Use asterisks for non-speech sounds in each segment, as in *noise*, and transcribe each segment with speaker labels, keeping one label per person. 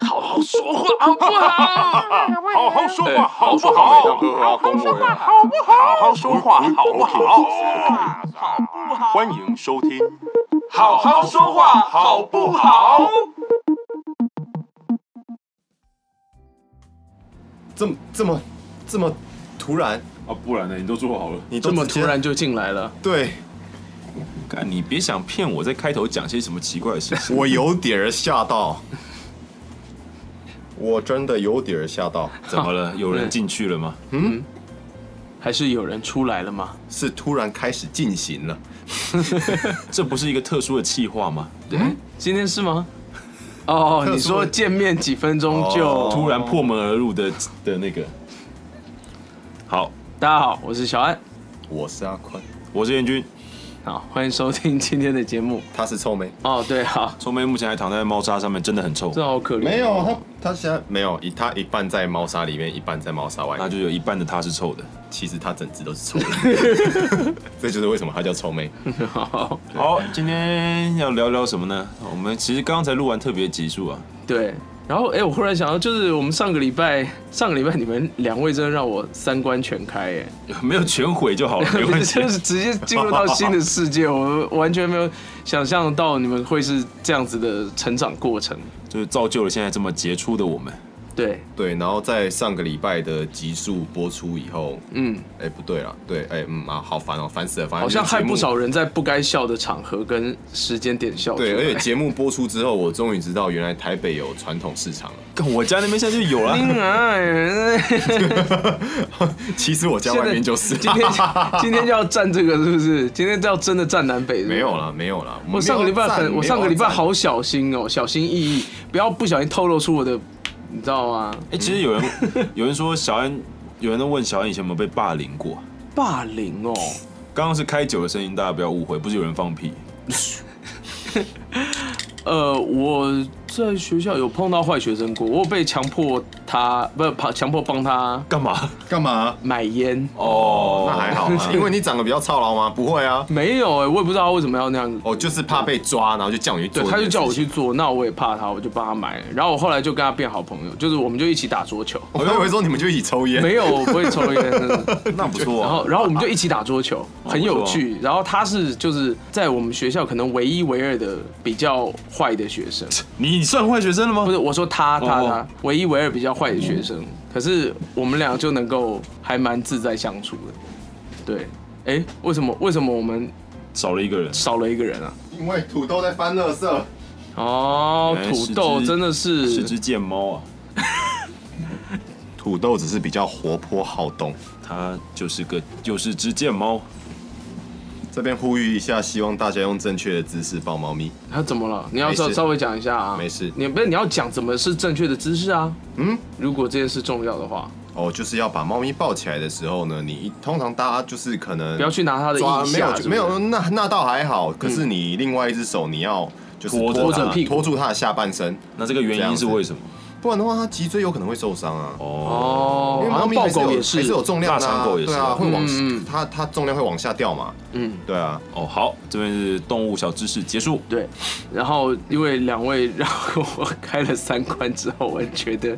Speaker 1: 好说话好不好？
Speaker 2: 好好说
Speaker 1: 哎
Speaker 2: 话，好不
Speaker 1: 好
Speaker 2: 好？
Speaker 1: 好好说话，
Speaker 2: 好不好？好好说话，好不好？
Speaker 1: 好不好？
Speaker 2: 欢迎收听，
Speaker 1: 好好说话好不好？
Speaker 3: 这么这么这么突然，
Speaker 4: 啊，不然呢？你都做好了，
Speaker 3: 你都
Speaker 5: 这么
Speaker 3: 直接
Speaker 5: 突然就进来了，
Speaker 3: 对 *laughs*
Speaker 4: 干你别想骗我，在开头讲些什么奇怪
Speaker 5: *laughs*
Speaker 4: 的事情。
Speaker 3: 我有点儿吓到，我真的有点儿吓到，
Speaker 4: 怎么了？有人进去了吗？
Speaker 5: 还是有人出来了吗？
Speaker 3: 是突然开始进行了，
Speaker 4: 这不是一个特殊的企划吗？
Speaker 5: 今天是吗？
Speaker 4: *laughs*
Speaker 5: 哦，
Speaker 3: 特殊的
Speaker 5: 你说见面几分钟就、
Speaker 3: 哦
Speaker 4: 突然破门而入的的那个。好，
Speaker 5: 大家好，我是小安，
Speaker 3: 我是阿坤，
Speaker 4: 我是彦君，
Speaker 5: 好，欢迎收听今天的节目。
Speaker 3: 他是臭妹，
Speaker 5: 哦，对，好，
Speaker 4: 臭妹目前还躺在猫砂上面，真的很臭
Speaker 5: 这，好可怜。
Speaker 3: 没有他他现在没有一他一半在猫砂里面，一半在猫砂外
Speaker 4: 那
Speaker 5: 啊
Speaker 3: 面，
Speaker 4: 就有一半的它是臭的。
Speaker 3: 其实他整只都是臭的，
Speaker 5: *laughs*
Speaker 3: 这就是为什么他叫臭妹，
Speaker 5: 嗯好，
Speaker 4: 好，今天要聊聊什么呢？我们其实刚才录完特别集数啊， *laughs*
Speaker 5: 对。然后，哎，我忽然想到，就是我们上个礼拜，上个礼拜你们两位真的让我三观全开，哎，
Speaker 4: 没有全毁就好了，没关系
Speaker 5: *laughs* 就。是直接进入到新的世界，我完全没有想象到你们会是这样子的成长过程。
Speaker 4: 就是造就了现在这么杰出的我们。
Speaker 5: 对，
Speaker 3: 对，然后在上个礼拜的集数播出以后，
Speaker 5: 嗯，
Speaker 3: 哎不对了，对，哎嗯啊好烦哦，烦死了，反正
Speaker 5: 好像
Speaker 3: 就是节
Speaker 5: 害
Speaker 3: 目
Speaker 5: 不少人在不该笑的场合跟时间点笑出来。
Speaker 3: 对，而且节目播出之后，我终于知道原来台北有传统市场了。 *laughs*
Speaker 4: 干我家那边现在就
Speaker 5: *laughs*
Speaker 4: 有了。
Speaker 5: 嗯
Speaker 3: 其实我家
Speaker 5: 哎现
Speaker 3: 外
Speaker 5: 在
Speaker 3: 面就是，
Speaker 5: 今天
Speaker 3: *laughs*
Speaker 5: 今天就要站这个是不是？今天就要真的站南北是不是
Speaker 3: 没有。啦，没有啦。
Speaker 5: 我
Speaker 3: 们
Speaker 5: 上个礼拜
Speaker 3: 没有
Speaker 5: 很，
Speaker 3: 赞
Speaker 5: 我上个礼拜，
Speaker 3: 没有
Speaker 5: 好小心哦，小心翼翼，不要不小心透露出我的，你知道吗？
Speaker 4: 哎、其实有人有人说小安，有人在问小安以前有没有被霸凌过？
Speaker 5: 霸凌哦，
Speaker 4: 刚刚是开酒的声音，大家不要误会，不是有人放屁。
Speaker 5: 呃，我在学校有碰到坏学生过，我有被强迫他，不是强强迫帮他
Speaker 4: 干嘛？
Speaker 3: 赞干嘛？
Speaker 5: 买烟，
Speaker 4: 哦，
Speaker 3: 那还好啊， *laughs* 因为你长得比较操劳吗？不会啊，
Speaker 5: 没有哎、我也不知道他为什么要那样子
Speaker 3: 哦，就是怕被抓，然后就叫你去做。
Speaker 5: 对，他就叫我去。做，那我也怕他，我就帮他买了。然后我后来就跟他变好朋友，就是我们就一起打桌 *laughs* 球。
Speaker 3: 我以为说你们就一起抽烟，
Speaker 5: 没有，我不会抽烟。真的
Speaker 4: 那不错、
Speaker 5: 然
Speaker 4: 啊。
Speaker 5: 后，然后我们就一起打桌 *laughs* 球，很有趣。然后他是就是在我们学校可能唯一唯二的比较坏的学 *laughs* 生，
Speaker 4: 你算坏学生了
Speaker 5: 不
Speaker 4: 吗？
Speaker 5: 是我说他他
Speaker 4: 哦
Speaker 5: 他唯一唯二比较坏的学生。可是我们俩就能够还蛮自在相处的。对，哎，为什么为什么我们
Speaker 4: 少了一个人。
Speaker 5: 少了一个人啊？
Speaker 3: 因为土豆在翻垃圾。
Speaker 5: 哦，
Speaker 4: 哎
Speaker 5: 土豆
Speaker 4: 十只
Speaker 5: 真的
Speaker 4: 是
Speaker 5: 是
Speaker 4: 只贱猫啊，
Speaker 3: 土豆只是比较活泼好动。
Speaker 4: 它就是个就是只贱猫。
Speaker 3: 这边呼吁一下，希望大家用正确的姿势抱猫咪。
Speaker 5: 他怎么了？你要
Speaker 3: 没事
Speaker 5: 稍稍微讲一下啊。
Speaker 3: 没事
Speaker 5: 你不是你要讲怎么是正确的姿势啊？
Speaker 3: 嗯，
Speaker 5: 如果这件事重要的话，
Speaker 3: 哦，就是要把猫咪抱起来的时候呢，你通常大家就是可能
Speaker 5: 不要去拿它的腋
Speaker 3: 抓
Speaker 5: 下，
Speaker 3: 没
Speaker 5: 是不是嗯
Speaker 3: 有没有，那那倒还好。可是你另外一只手你要就是
Speaker 4: 拖着
Speaker 3: 拖
Speaker 4: 它
Speaker 3: 它
Speaker 5: 屁股
Speaker 3: 拖住它的下半身，
Speaker 4: 那这个原因是为什么？
Speaker 3: 不然的话它脊椎有可能会受伤啊。
Speaker 4: 哦，
Speaker 5: 哦
Speaker 3: 因，为
Speaker 5: 好
Speaker 3: 猫
Speaker 5: 像
Speaker 3: 咪
Speaker 5: 抱
Speaker 3: 还是有
Speaker 5: 狗也
Speaker 3: 还是有重量的
Speaker 4: 腊
Speaker 3: 啊，
Speaker 4: 肠狗也是
Speaker 3: 对
Speaker 4: 啊
Speaker 3: 啊，会往
Speaker 5: 嗯嗯
Speaker 3: 它它重量会往下掉嘛。
Speaker 5: 嗯，
Speaker 3: 对啊，
Speaker 4: 哦，好，这边是动物小知识结束。
Speaker 5: 对。然后因为两位 *laughs* 让我开了三关之后，我觉得，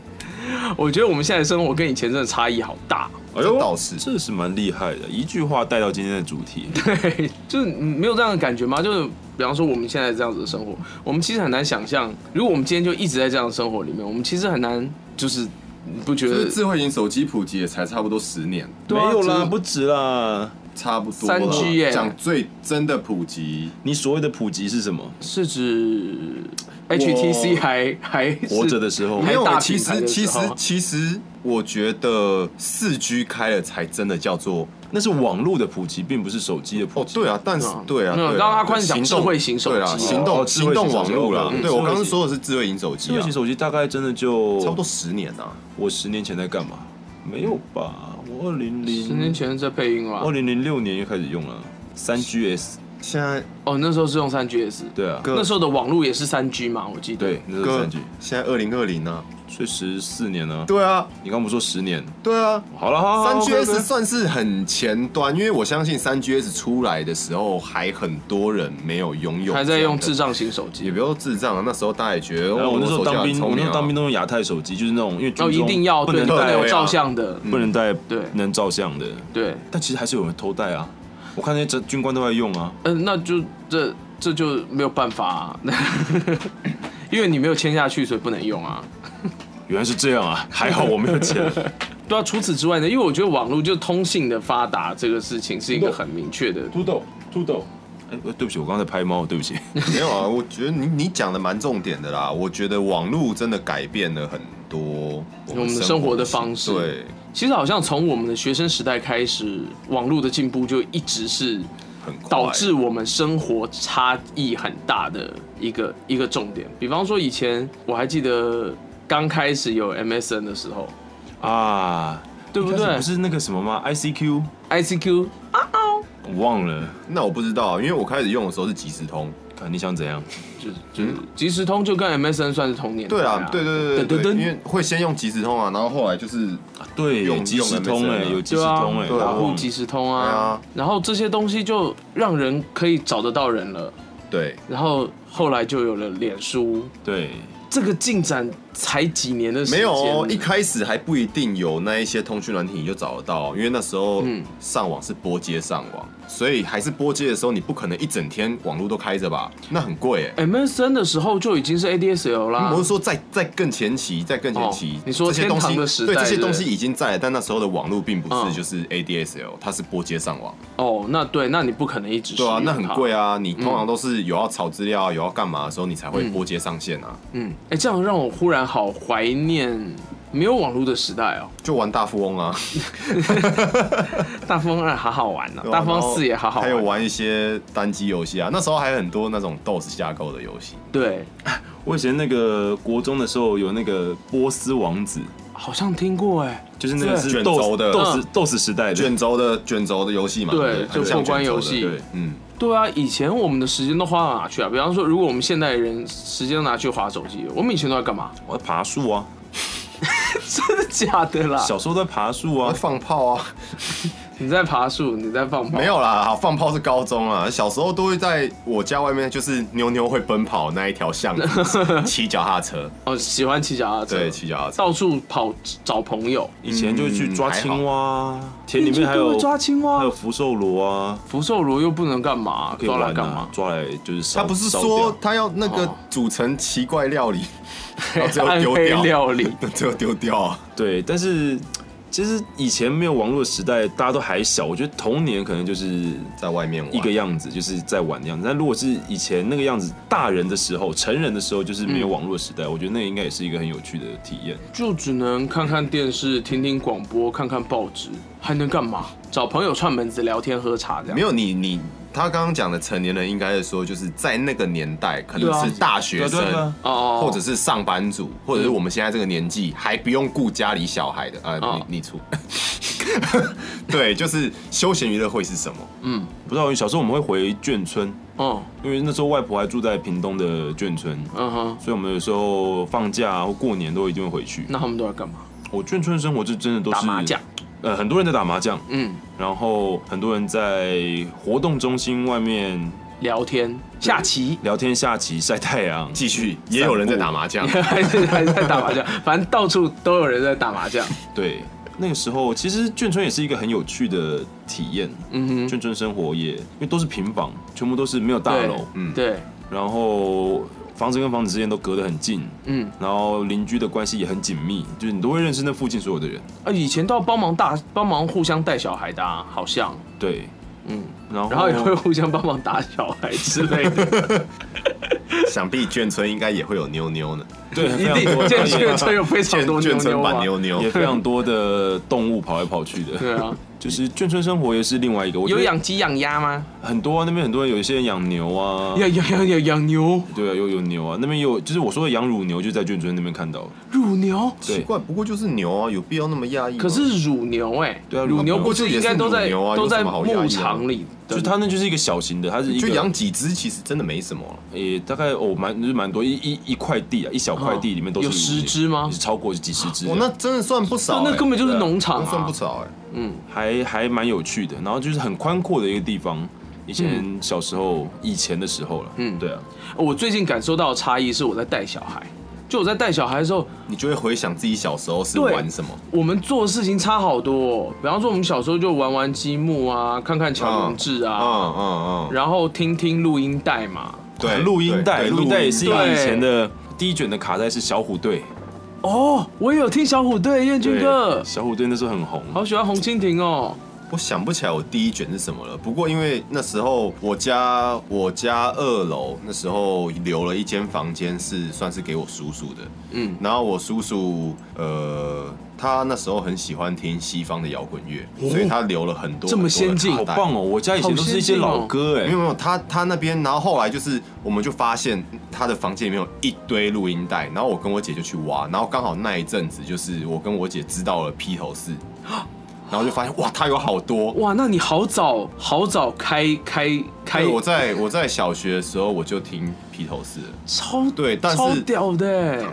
Speaker 5: 我觉得我们现在的生活跟以前真的差异好大。 *laughs*
Speaker 4: 哎
Speaker 3: 这倒是
Speaker 4: 这是蛮厉害的，一句话带到今天的主题。
Speaker 5: 对，就是你没有这样的感觉吗？就是比方说我们现在这样子的生活，我们其实很难想象，如果我们今天就一直在这样的生活里面，我们其实很难就是。你不觉
Speaker 3: 就
Speaker 5: 得
Speaker 3: 是智慧型手机普及也才差不多十年，
Speaker 4: 没
Speaker 5: 对啊
Speaker 4: 有
Speaker 5: 这
Speaker 4: 啦，
Speaker 5: 是
Speaker 4: 不止啦。
Speaker 3: 差不多啦
Speaker 5: 3G 耶
Speaker 3: 讲最真的普及，
Speaker 4: 你所谓的普及是什么？
Speaker 5: 是指 HTC 还还是
Speaker 4: 活着的时候
Speaker 5: 还
Speaker 3: 没有
Speaker 5: 大，
Speaker 3: 其
Speaker 5: 品牌
Speaker 3: 实
Speaker 5: 的
Speaker 3: 其
Speaker 5: 时
Speaker 3: 实
Speaker 4: 啊
Speaker 5: 候
Speaker 3: 其实，我觉得四 G 开了才真的叫做
Speaker 4: 那是网络的普及，并不是手机的普
Speaker 3: 哦，
Speaker 4: 及。
Speaker 3: 对啊，但是
Speaker 5: 嗯
Speaker 3: 对啊，
Speaker 5: 没有
Speaker 3: 对啊
Speaker 5: 刚刚阿宽讲
Speaker 3: 行动
Speaker 5: 智慧型手机
Speaker 3: 对啊，
Speaker 5: 哦
Speaker 3: 行
Speaker 4: 哦
Speaker 3: 动
Speaker 4: 智
Speaker 3: 行
Speaker 4: 慧型
Speaker 3: 动网络
Speaker 4: 手
Speaker 3: 啦
Speaker 4: 机，嗯
Speaker 3: 对我刚
Speaker 4: 智慧
Speaker 3: 刚
Speaker 4: 型
Speaker 3: 说的是智慧型手机
Speaker 4: 智慧
Speaker 3: 啊
Speaker 4: 型，手机大概真的就
Speaker 3: 差不多十年啊，
Speaker 4: 我十年前在干嘛？没有吧？我二零零
Speaker 5: 十年前在配音吧
Speaker 4: 哦二，零零六年就开始用了三 GS，
Speaker 3: 现在
Speaker 5: 哦，那时候是用三 GS，
Speaker 4: 对啊，
Speaker 3: 哥
Speaker 5: 那时候的网络也是三 G 嘛，我记得。
Speaker 4: 对，那是
Speaker 3: 哥
Speaker 4: 三 G，，
Speaker 3: 现在二零二零呢？
Speaker 4: 所以十四年了。
Speaker 3: 对啊，
Speaker 4: 你刚不是说十年？
Speaker 3: 对啊，
Speaker 4: 好了，
Speaker 5: 哦
Speaker 4: 好
Speaker 3: 三
Speaker 4: 好
Speaker 3: GS
Speaker 4: OK，OK
Speaker 3: 算是很前端，因为我相信三 GS 出来的时候，还很多人没有拥有，
Speaker 5: 还在用智，障型手机
Speaker 3: 也。不用智障啊。那时候大家也觉得，
Speaker 4: 然后我那时
Speaker 3: 手
Speaker 4: 候
Speaker 3: 机
Speaker 4: 当兵，
Speaker 3: 很
Speaker 4: 我
Speaker 3: 聪明
Speaker 4: 那时
Speaker 3: 啊
Speaker 4: 候当兵都用亚太手机，就是那种因为军
Speaker 5: 哦，一
Speaker 4: 中
Speaker 5: 定要
Speaker 4: 不
Speaker 5: 对，
Speaker 4: 能
Speaker 5: 不能
Speaker 4: 带
Speaker 5: 有
Speaker 3: 对啊
Speaker 5: 照相的，
Speaker 4: 不能带
Speaker 5: 对
Speaker 4: 能照相的，
Speaker 5: 对，
Speaker 4: 但其实还是有人偷带啊。我看那些军官都在用啊，
Speaker 5: 嗯，那就这这就没有办法、啊， *laughs* 因为你没有签下去，所以不能用啊。
Speaker 4: 原来是这样啊，还好我没有钱。
Speaker 5: 对啊，除此之外呢，因为我觉得网络就通信的发达这个事情是一个很明确的，
Speaker 4: 土豆，土豆。哎，呃对不起，我刚才拍猫，对不起。
Speaker 3: *laughs* 没有啊，我觉得你你讲的蛮重点的啦。我觉得网络真的改变了很多我
Speaker 5: 我们生活的方式
Speaker 3: 对，
Speaker 5: 其实好像从我们的学生时代开始，网络的进步就一直是
Speaker 3: 很快
Speaker 5: 导致我们生活差异很大的一个一个重点。比方说，以前我还记得刚开始有 MSN 的时候
Speaker 4: 啊，
Speaker 5: 对不对
Speaker 4: 一开始不是那个什么吗？ICQ，
Speaker 5: ，ICQ
Speaker 4: 我忘了。
Speaker 3: 那我不知道，因为我开始用的时候是即时通。
Speaker 4: 啊你想怎样？
Speaker 5: 就就是即时通就跟 MSN 算是同年代、
Speaker 3: 嗯对啊，对对对对
Speaker 5: 噔噔
Speaker 3: 对，
Speaker 5: 噔
Speaker 3: 因为会先用即时通啊，然后后来就是
Speaker 4: 啊对，
Speaker 3: 用
Speaker 4: 有即时通
Speaker 3: 用
Speaker 4: 哎，
Speaker 3: MSN 啊
Speaker 4: 有即时
Speaker 5: 对啊，
Speaker 4: 通哎，
Speaker 3: 对啊
Speaker 5: 打
Speaker 4: 我忘
Speaker 5: 呼
Speaker 4: 了
Speaker 5: 即时通
Speaker 3: 对
Speaker 5: 啊
Speaker 3: 啊，
Speaker 5: 然后这些东西就让人可以找得到人了，
Speaker 3: 对
Speaker 5: 然后后来就有了脸书，
Speaker 4: 对，
Speaker 5: 这个进展才几年的时间，
Speaker 3: 没有哦，一开始还不一定有那一些通讯软体你就找得到，哦因为那时候
Speaker 5: 嗯
Speaker 3: 上网是拨接上网，所以还是拨接的时候，你不可能一整天网络都开着吧？那很贵哎。
Speaker 5: MSN 的时候就已经是 ADSL 啦
Speaker 3: 我是，说在在更前期，在更前期，
Speaker 5: 啊哦你说
Speaker 3: 这些东
Speaker 5: 天
Speaker 3: 西
Speaker 5: 堂的时代
Speaker 3: 对这些
Speaker 5: 对不对
Speaker 3: 东西已经在了，但那时候的网络并不
Speaker 5: 嗯
Speaker 3: 是就是 ADSL，它是拨接上网，
Speaker 5: 哦，那对，那你不可能一直
Speaker 3: 对啊
Speaker 5: 使，用
Speaker 3: 那很
Speaker 5: 它
Speaker 3: 贵，啊，你
Speaker 5: 嗯
Speaker 3: 通常都是有要炒资料、啊，有要干嘛的时候，你才会拨接上线啊，
Speaker 5: 嗯，哎，这样让我忽然好怀念没有网络的时代哦，
Speaker 3: 就玩大富翁啊，
Speaker 5: 嗯大富翁二好好玩呢，
Speaker 3: 对啊
Speaker 5: 大富
Speaker 3: 然
Speaker 5: 翁
Speaker 3: 后
Speaker 5: 四也好好
Speaker 3: 还有
Speaker 5: 玩，
Speaker 3: 玩一些单机游戏啊，那时候还有很多那种 DOS 架构的游戏，
Speaker 5: 对，
Speaker 4: 我以前那个国中的时候有那个波斯王子，
Speaker 5: 好像听过哎，
Speaker 4: 就是那个
Speaker 5: 对
Speaker 4: 是
Speaker 3: 卷
Speaker 4: 斗
Speaker 3: 轴的
Speaker 4: 斗
Speaker 5: 嗯
Speaker 4: 士斗士时代的
Speaker 3: 卷。轴的卷轴的游戏嘛，
Speaker 5: 对
Speaker 3: 很
Speaker 5: 就
Speaker 3: 像
Speaker 5: 过关
Speaker 3: 卷轴
Speaker 5: 游
Speaker 3: 的
Speaker 5: 戏
Speaker 3: 对嗯，
Speaker 5: 对啊，以前我们的时间都花到哪去啊？比方说，如果我们现代人时间都拿去划手机，我们以前都在干
Speaker 3: *laughs*
Speaker 5: 嘛？
Speaker 4: 我在爬树啊，
Speaker 5: 真的假的啦？
Speaker 4: 小时候都在爬树
Speaker 3: 我
Speaker 4: 啊
Speaker 3: 会，放炮啊。
Speaker 5: 你在爬树，你在放炮？
Speaker 3: 没有啦，好放炮是高中啊，小时候都会在我家外面，就是妞妞会奔跑那一条巷
Speaker 4: *laughs*
Speaker 3: 子，骑脚踏车，
Speaker 5: 哦，喜欢骑脚踏车，
Speaker 3: 对，骑脚踏车。
Speaker 5: 到处跑找朋友。
Speaker 4: 以前就去抓
Speaker 3: 嗯还好
Speaker 4: 青蛙，啊田里面还有
Speaker 5: 你就抓青
Speaker 4: 还
Speaker 5: 蛙
Speaker 4: 有，福寿螺啊，
Speaker 5: 福寿螺又不能干嘛？
Speaker 4: 可以
Speaker 5: 抓来
Speaker 4: 玩
Speaker 5: 干
Speaker 4: 啊 *laughs*
Speaker 5: 嘛，？
Speaker 4: 抓来就是烧。
Speaker 3: 他不是
Speaker 4: 烧
Speaker 3: 说
Speaker 4: 掉
Speaker 3: 他要那个
Speaker 5: 哦
Speaker 3: 组成奇怪料理，然后最后
Speaker 5: 暗
Speaker 3: 丢
Speaker 5: 黑
Speaker 3: 掉，
Speaker 5: 料理。
Speaker 3: 最后丢掉啊。
Speaker 4: 对，但是其实以前没有网络的时代，大家都还小，我觉得童年可能就是
Speaker 3: 在外面玩
Speaker 4: 一个样子，就是在玩的样子。但如果是以前那个样子，大人的时候、成人的时候，就是没有
Speaker 5: 嗯
Speaker 4: 网络的时代，我觉得那应该也是一个很有趣的体验。
Speaker 5: 就只能看看电视、听听广播、看看报纸，还能干嘛？找朋友串门子、聊天、喝茶这样。
Speaker 3: 没有你你他刚刚讲的成年人，应该是说就是在那个年代，可
Speaker 5: 对啊
Speaker 3: 能是大学
Speaker 4: 对啊嗯对
Speaker 3: 生
Speaker 4: 啊。
Speaker 5: 哦，
Speaker 3: 或者是上班族，或者是我们现在这个年纪还不用顾家里小孩的，
Speaker 5: 哦
Speaker 3: 呃，你你出， *laughs* 对，就是休闲娱乐会是什么？
Speaker 4: 不知道小时候我们会回眷村，
Speaker 5: 哦，
Speaker 4: 因为那时候外婆还住在屏东的眷村，
Speaker 5: 嗯哼，
Speaker 4: 所以我们有时候放假啊或过年都一定会回去。
Speaker 5: 那他们都在干嘛？
Speaker 4: 我眷村生活就真的都是
Speaker 5: 打麻将，
Speaker 4: 呃，很多人在打麻将，
Speaker 5: 嗯，
Speaker 4: 然后很多人在活动中心外面
Speaker 5: 聊天、下棋， *laughs*
Speaker 4: 聊天、下棋、晒太阳。
Speaker 3: 继续，也有人在打麻将。
Speaker 5: 还是还是在打麻将，反正到处都有人在打麻将。
Speaker 4: 对，那个时候其实眷村也是一个很有趣的体验。
Speaker 5: 嗯哼，
Speaker 4: 眷村生活也，因为都是平房，全部都是没有大
Speaker 5: 对
Speaker 4: 楼，
Speaker 3: 嗯
Speaker 5: 对，
Speaker 4: 然后房子跟房子之间都隔得很近，
Speaker 5: 嗯，
Speaker 4: 然后邻居的关系也很紧密，就是你都会认识那附近所有的人。
Speaker 5: 啊，以前都要帮忙大帮忙互相带小孩的、啊，好像，
Speaker 4: 对，
Speaker 5: 嗯，
Speaker 4: 然后
Speaker 5: 然后也会互相帮忙打小孩之类的，
Speaker 3: *laughs* 想必眷村应该也会有妞妞 *laughs* 呢，
Speaker 4: 对
Speaker 5: 一
Speaker 4: 非常多
Speaker 5: 定
Speaker 4: 的
Speaker 5: 见这个村有非常
Speaker 3: 眷
Speaker 5: 多
Speaker 3: 眷
Speaker 5: 妞
Speaker 3: 村
Speaker 5: 妞
Speaker 3: 版
Speaker 5: 啊，
Speaker 3: 妞妞
Speaker 4: 也非常多的动物跑来跑去的。
Speaker 5: 对啊，
Speaker 4: 就是眷村生活也是另外一个，我觉
Speaker 5: 有
Speaker 4: 得
Speaker 5: 养鸡养鸭吗？
Speaker 4: 很多啊，那边很多人，有一些人养牛啊，
Speaker 5: 养养养养养牛、
Speaker 4: 对啊，有有牛啊，那边也有，就是我说的养乳牛，就在眷村那边看到的。
Speaker 5: 乳牛。
Speaker 4: 对
Speaker 3: 奇怪，不过就是牛啊，有必要那么压抑吗？
Speaker 5: 可是乳牛哎、
Speaker 4: 对啊
Speaker 5: 乳牛
Speaker 4: 乳牛
Speaker 5: 不应该都在、
Speaker 3: 就是也是乳牛啊
Speaker 5: 都
Speaker 3: 有
Speaker 5: 在
Speaker 3: 什么好压抑的
Speaker 5: 牧场里的，
Speaker 4: 就它那就是一个小型的，它是一
Speaker 3: 就
Speaker 4: 个
Speaker 3: 养几只，其实真的没什么了。啊
Speaker 4: 也大概哦蛮就是蛮多一一一块地啊，一小块地里面都是
Speaker 5: 有
Speaker 4: 乳
Speaker 5: 十
Speaker 4: 牛
Speaker 5: 只吗
Speaker 4: 也是超过几十只
Speaker 3: 哦，
Speaker 4: 这样，
Speaker 3: 那真的算不少欸、
Speaker 5: 那根本就是
Speaker 4: 对啊
Speaker 5: 农场
Speaker 3: 那算
Speaker 5: 啊
Speaker 3: 不。少哎、
Speaker 5: 嗯，
Speaker 4: 还还蛮有趣的。然后就是很宽阔的一个地方，以前小时候、以前的时候了，
Speaker 5: 嗯
Speaker 4: 嗯，对啊，
Speaker 5: 我最近感受到的差异是我在带小孩，就我在带小孩的时候，
Speaker 3: 你就会回想自己小时候是
Speaker 5: 对
Speaker 3: 玩什么。
Speaker 5: 我们做的事情差好多、哦。比方说，我们小时候就玩玩积木啊，看看乔林志
Speaker 3: 嗯
Speaker 5: 啊，
Speaker 3: 嗯嗯，
Speaker 5: 然后听听录音带嘛。
Speaker 3: 对，
Speaker 4: 录音带，
Speaker 3: 对
Speaker 4: 录音带也是一个
Speaker 5: 对
Speaker 4: 以前的第一卷的卡带是小虎队，
Speaker 5: 哦，我也有听小虎队、燕军
Speaker 4: 对
Speaker 5: 哥，
Speaker 4: 小虎队那时候很红，
Speaker 5: 好喜欢红蜻蜓哦。
Speaker 3: 我想不起来我第一卷是什么了。不过因为那时候我家我家二楼那时候留了一间房间是算是给我叔叔的，
Speaker 5: 嗯，
Speaker 3: 然后我叔叔呃他那时候很喜欢听西方的摇滚乐，所以他留了很多
Speaker 5: 哦这么先进
Speaker 4: 好
Speaker 3: 好
Speaker 4: 棒哦！我家以前都是一些老歌哎、
Speaker 3: 没有没有，他他那边，然后后来就是，我们就发现他的房间里面有一堆录音带，然后我跟我姐就去挖，然后刚好那一阵子就是我跟我姐知道了披头士，然后就发现哇，他有好多。
Speaker 5: 哇，那你好早好早开开开
Speaker 3: 对，，我在我在小学的时候我就听披头士了，
Speaker 5: 超
Speaker 3: 对但是
Speaker 5: 超屌的欸。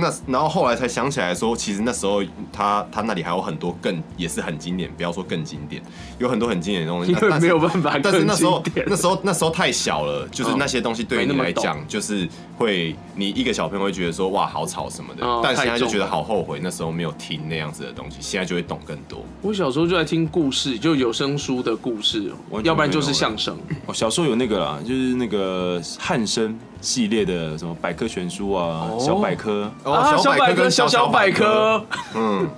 Speaker 3: 那然后后来才想起来说，其实那时候他他那里还有很多更也是很经典，不要说更经典，有很多很经典的东西，
Speaker 5: 因为
Speaker 3: 但但是
Speaker 5: 没有办法
Speaker 3: 但是那时候
Speaker 5: 更经典
Speaker 3: 那时候那时候太小了，就是
Speaker 5: 嗯
Speaker 3: 那些东西对
Speaker 5: 没
Speaker 3: 于你
Speaker 5: 那么
Speaker 3: 来讲，就是会你一个小朋友会觉得说哇好吵什么的
Speaker 5: 哦，
Speaker 3: 但
Speaker 5: 太
Speaker 3: 现在就
Speaker 5: 重
Speaker 3: 觉得
Speaker 5: 了
Speaker 3: 好后悔，那时候没有听那样子的东西，现在就会懂更多。
Speaker 5: 我小时候就在听故事，就有声书的故事，哦
Speaker 4: 完全
Speaker 5: 要不然就
Speaker 3: 欸
Speaker 4: 没
Speaker 5: 是
Speaker 4: 有
Speaker 5: 相声。
Speaker 4: 我哦小时候有那个啦，就是那个汉声系列的什么百科全书啊、
Speaker 5: 哦
Speaker 4: 小百科，
Speaker 5: 啊，
Speaker 3: 哦小
Speaker 5: 百
Speaker 3: 跟
Speaker 5: 小
Speaker 3: 小
Speaker 5: 百，科，
Speaker 3: 嗯，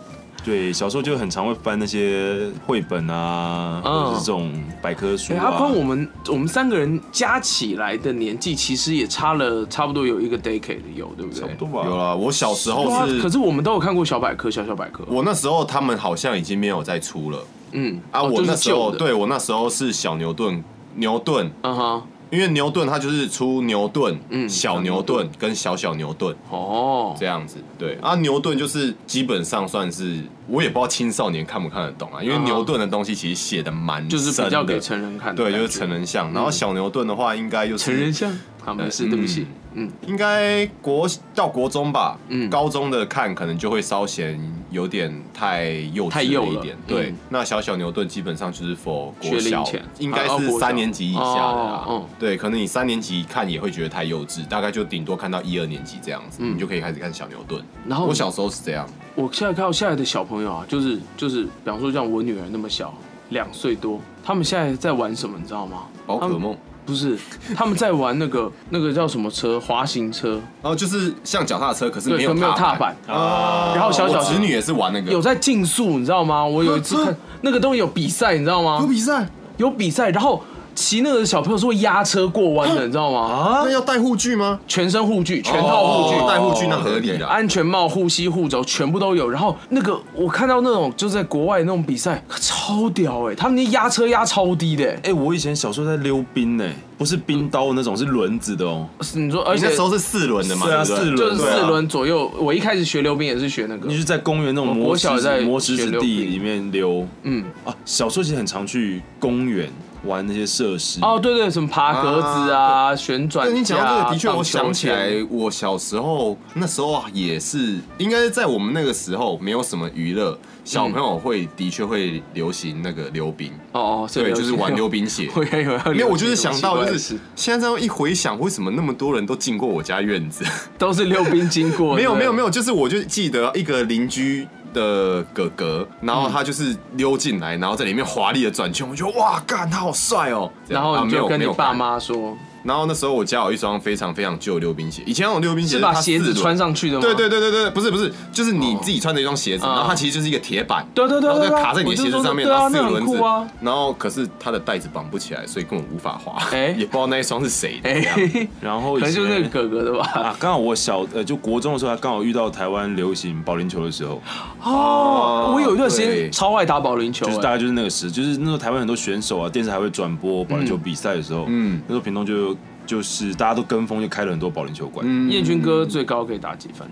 Speaker 4: 对，小时候就很常会翻那些绘本啊，
Speaker 5: 嗯
Speaker 4: 或者是这种百科书
Speaker 5: 哎、
Speaker 4: 啊。
Speaker 5: 阿宽，我们我们三个人加起来的年纪，其实也差了差不多有一个 decade 有，对不对？
Speaker 4: 差不多吧，
Speaker 3: 有啦，我小时
Speaker 5: 对啊
Speaker 3: 候
Speaker 5: 可
Speaker 3: 哦是，
Speaker 5: 是我们都有看过小百科、小小百科。
Speaker 3: 我那时候他们好像已经没有再出了
Speaker 5: 嗯，
Speaker 3: 啊，
Speaker 5: 哦
Speaker 3: 我
Speaker 5: 就是
Speaker 3: 那时
Speaker 5: 旧
Speaker 3: 候
Speaker 5: 的，
Speaker 3: 对我那时候是小牛顿牛顿，
Speaker 5: 嗯哼，
Speaker 3: 因为牛顿它就是出牛顿、
Speaker 5: 嗯
Speaker 3: 小牛顿跟小小牛顿
Speaker 5: 哦
Speaker 3: 这，样子。对啊，牛顿就是基本上算是我也不知道青少年看不看得懂啊，因为
Speaker 5: 嗯哼
Speaker 3: 牛顿的东西其实写的蛮
Speaker 5: 就是比较
Speaker 3: 深的
Speaker 5: 给成人看的
Speaker 3: 对，
Speaker 5: 感
Speaker 3: 就
Speaker 5: 觉嗯
Speaker 3: 是成人像。然后小牛顿的话，应该就是
Speaker 5: 成人像，好，没事，
Speaker 3: 嗯
Speaker 5: 呃对不起，嗯，
Speaker 3: 应该国到国中吧，
Speaker 5: 嗯
Speaker 3: 高中的看可能就会稍显有点太幼
Speaker 5: 太
Speaker 3: 稚
Speaker 5: 幼
Speaker 3: 了
Speaker 5: 了
Speaker 3: 一点
Speaker 5: 嗯。
Speaker 3: 对，那小小牛顿基本上就是否国
Speaker 5: 学龄
Speaker 3: 小
Speaker 5: 前，
Speaker 3: 应该
Speaker 5: 啊哦
Speaker 3: 是
Speaker 5: 国小
Speaker 3: 三年级以下的啦
Speaker 5: 哦哦。
Speaker 3: 对，可能你三年级看也会觉得太幼稚，大概就顶多看到一二年级这样子，
Speaker 5: 嗯
Speaker 3: 你就可以开始看小牛顿。
Speaker 5: 然后
Speaker 3: 我小时候是这样，
Speaker 5: 我现在看到现在的小朋友啊，就是就是，比方说像我女儿那么小，两岁多，他们现在在玩什么，你知道吗？
Speaker 3: 宝可
Speaker 5: 他们
Speaker 3: 梦。
Speaker 5: 不是，他们在玩那个那个叫什么车，滑行车，
Speaker 3: 然后就是像脚踏车，可是
Speaker 5: 对，
Speaker 3: 没
Speaker 5: 可
Speaker 3: 有
Speaker 5: 没有踏板
Speaker 3: 板，啊。
Speaker 5: 然后小小
Speaker 3: 我侄女也是玩那个，
Speaker 5: 有在竞速，你知道吗？我有一次看那个东西有比赛，你知道吗？
Speaker 3: 比赛，
Speaker 5: 有比赛，然后骑那个的小朋友是会压车过弯的，你知道吗？
Speaker 3: 那要戴护具吗？
Speaker 5: 全身护具，啊全套护具。
Speaker 3: 哦戴护具那
Speaker 4: 哦
Speaker 3: 合理啦。
Speaker 5: 安全帽、护膝、护肘全部都有，然后那个我看到那种就是在国外那种比赛，超屌哎、他们那压车压超低的、欸，
Speaker 4: 哎、我以前小时候在溜冰呢、不是冰刀那种，是轮子的哦、
Speaker 5: 是你说，而
Speaker 3: 你
Speaker 5: 且
Speaker 3: 那时候是四轮的嘛？
Speaker 4: 是啊
Speaker 3: 对不对
Speaker 4: 四轮
Speaker 5: 就是
Speaker 4: 对
Speaker 5: 四
Speaker 4: 啊
Speaker 5: 轮左右。我一开始学溜冰也是学那个
Speaker 4: 你，是在公园那种
Speaker 5: 我
Speaker 4: 磨
Speaker 5: 国
Speaker 4: 石
Speaker 5: 小在
Speaker 4: 子、磨石
Speaker 5: 学
Speaker 4: 子
Speaker 5: 溜
Speaker 4: 地
Speaker 5: 冰
Speaker 4: 里面溜
Speaker 5: 嗯，
Speaker 4: 啊。小时候其实很常去公园玩那些设施
Speaker 5: 哦，对对，什么爬格子啊、旋转
Speaker 3: 对
Speaker 5: 架啊、
Speaker 3: 你讲到这个，的确，
Speaker 5: 荡
Speaker 3: 我
Speaker 5: 秋
Speaker 3: 想起
Speaker 5: 千
Speaker 3: 来，我小时候那时候也是，应该是在我们那个时候没有什么娱乐，小朋友会的确会流行那个溜冰，
Speaker 5: 哦哦， *laughs*
Speaker 3: 对，就是玩溜
Speaker 5: 冰。
Speaker 3: 冰鞋。
Speaker 5: 我也有要
Speaker 3: *laughs* 没
Speaker 5: 溜
Speaker 3: 有，
Speaker 5: 冰
Speaker 3: 我就是想到，就
Speaker 5: 我
Speaker 3: 是
Speaker 5: 奇怪
Speaker 3: 现在这样一回想，为什么那么多人都进过我家院
Speaker 5: *laughs*
Speaker 3: 子？
Speaker 5: 都是溜冰经过。
Speaker 3: 没有，没有，没
Speaker 5: 有。
Speaker 3: 有，就是我就记得一个邻居的哥哥，然后他就是溜进来，然后在里面华丽的转圈，我觉得哇，干他好帅哦。这
Speaker 5: 然
Speaker 3: 样啊
Speaker 5: 后你
Speaker 3: 没
Speaker 5: 就
Speaker 3: 有
Speaker 5: 跟你
Speaker 3: 没有
Speaker 5: 爸
Speaker 3: 干
Speaker 5: 妈说，
Speaker 3: 然后那时候我家有一双非常非常旧的溜冰鞋，以前那种溜冰鞋
Speaker 5: 是
Speaker 3: 是
Speaker 5: 把
Speaker 3: 它
Speaker 5: 鞋
Speaker 3: 四
Speaker 5: 子
Speaker 3: 轮
Speaker 5: 穿上去的吗？
Speaker 3: 对对对对对，不是不是，就是你自己穿的一双鞋子，
Speaker 5: 嗯
Speaker 3: 然后它其实就是一个铁板，
Speaker 5: 对对对
Speaker 3: 然后
Speaker 5: 对
Speaker 3: 就
Speaker 5: 对
Speaker 3: 卡在你的鞋子上面，
Speaker 5: 我就
Speaker 3: 然
Speaker 5: 说
Speaker 3: 后
Speaker 5: 对
Speaker 3: 四
Speaker 5: 啊
Speaker 3: 个轮子
Speaker 5: 那很酷啊，
Speaker 3: 然后可是它的带子绑不起来，所以根本无法滑，
Speaker 5: 哎
Speaker 3: 也不知道那一双是谁的。
Speaker 5: 哎、
Speaker 3: 这样
Speaker 4: 然后
Speaker 5: 可
Speaker 4: 以
Speaker 5: 能
Speaker 4: 前
Speaker 5: 就是那个哥哥的吧？
Speaker 4: 啊，刚好我小呃，就国中的时候，还刚好遇到台湾流行保龄球的时候，
Speaker 5: 哦，我有一段时
Speaker 3: 对
Speaker 5: 间超爱打保龄球、
Speaker 4: 就是
Speaker 5: 哎
Speaker 4: 大概就是那个时，就是那时候台湾很多选手啊，电视还会转播保龄球比赛的时候，
Speaker 3: 嗯
Speaker 4: 嗯，那时候屏东就就是大家都跟风，就开了很多保龄球馆，
Speaker 3: 嗯
Speaker 5: 燕军哥最高可以打几分？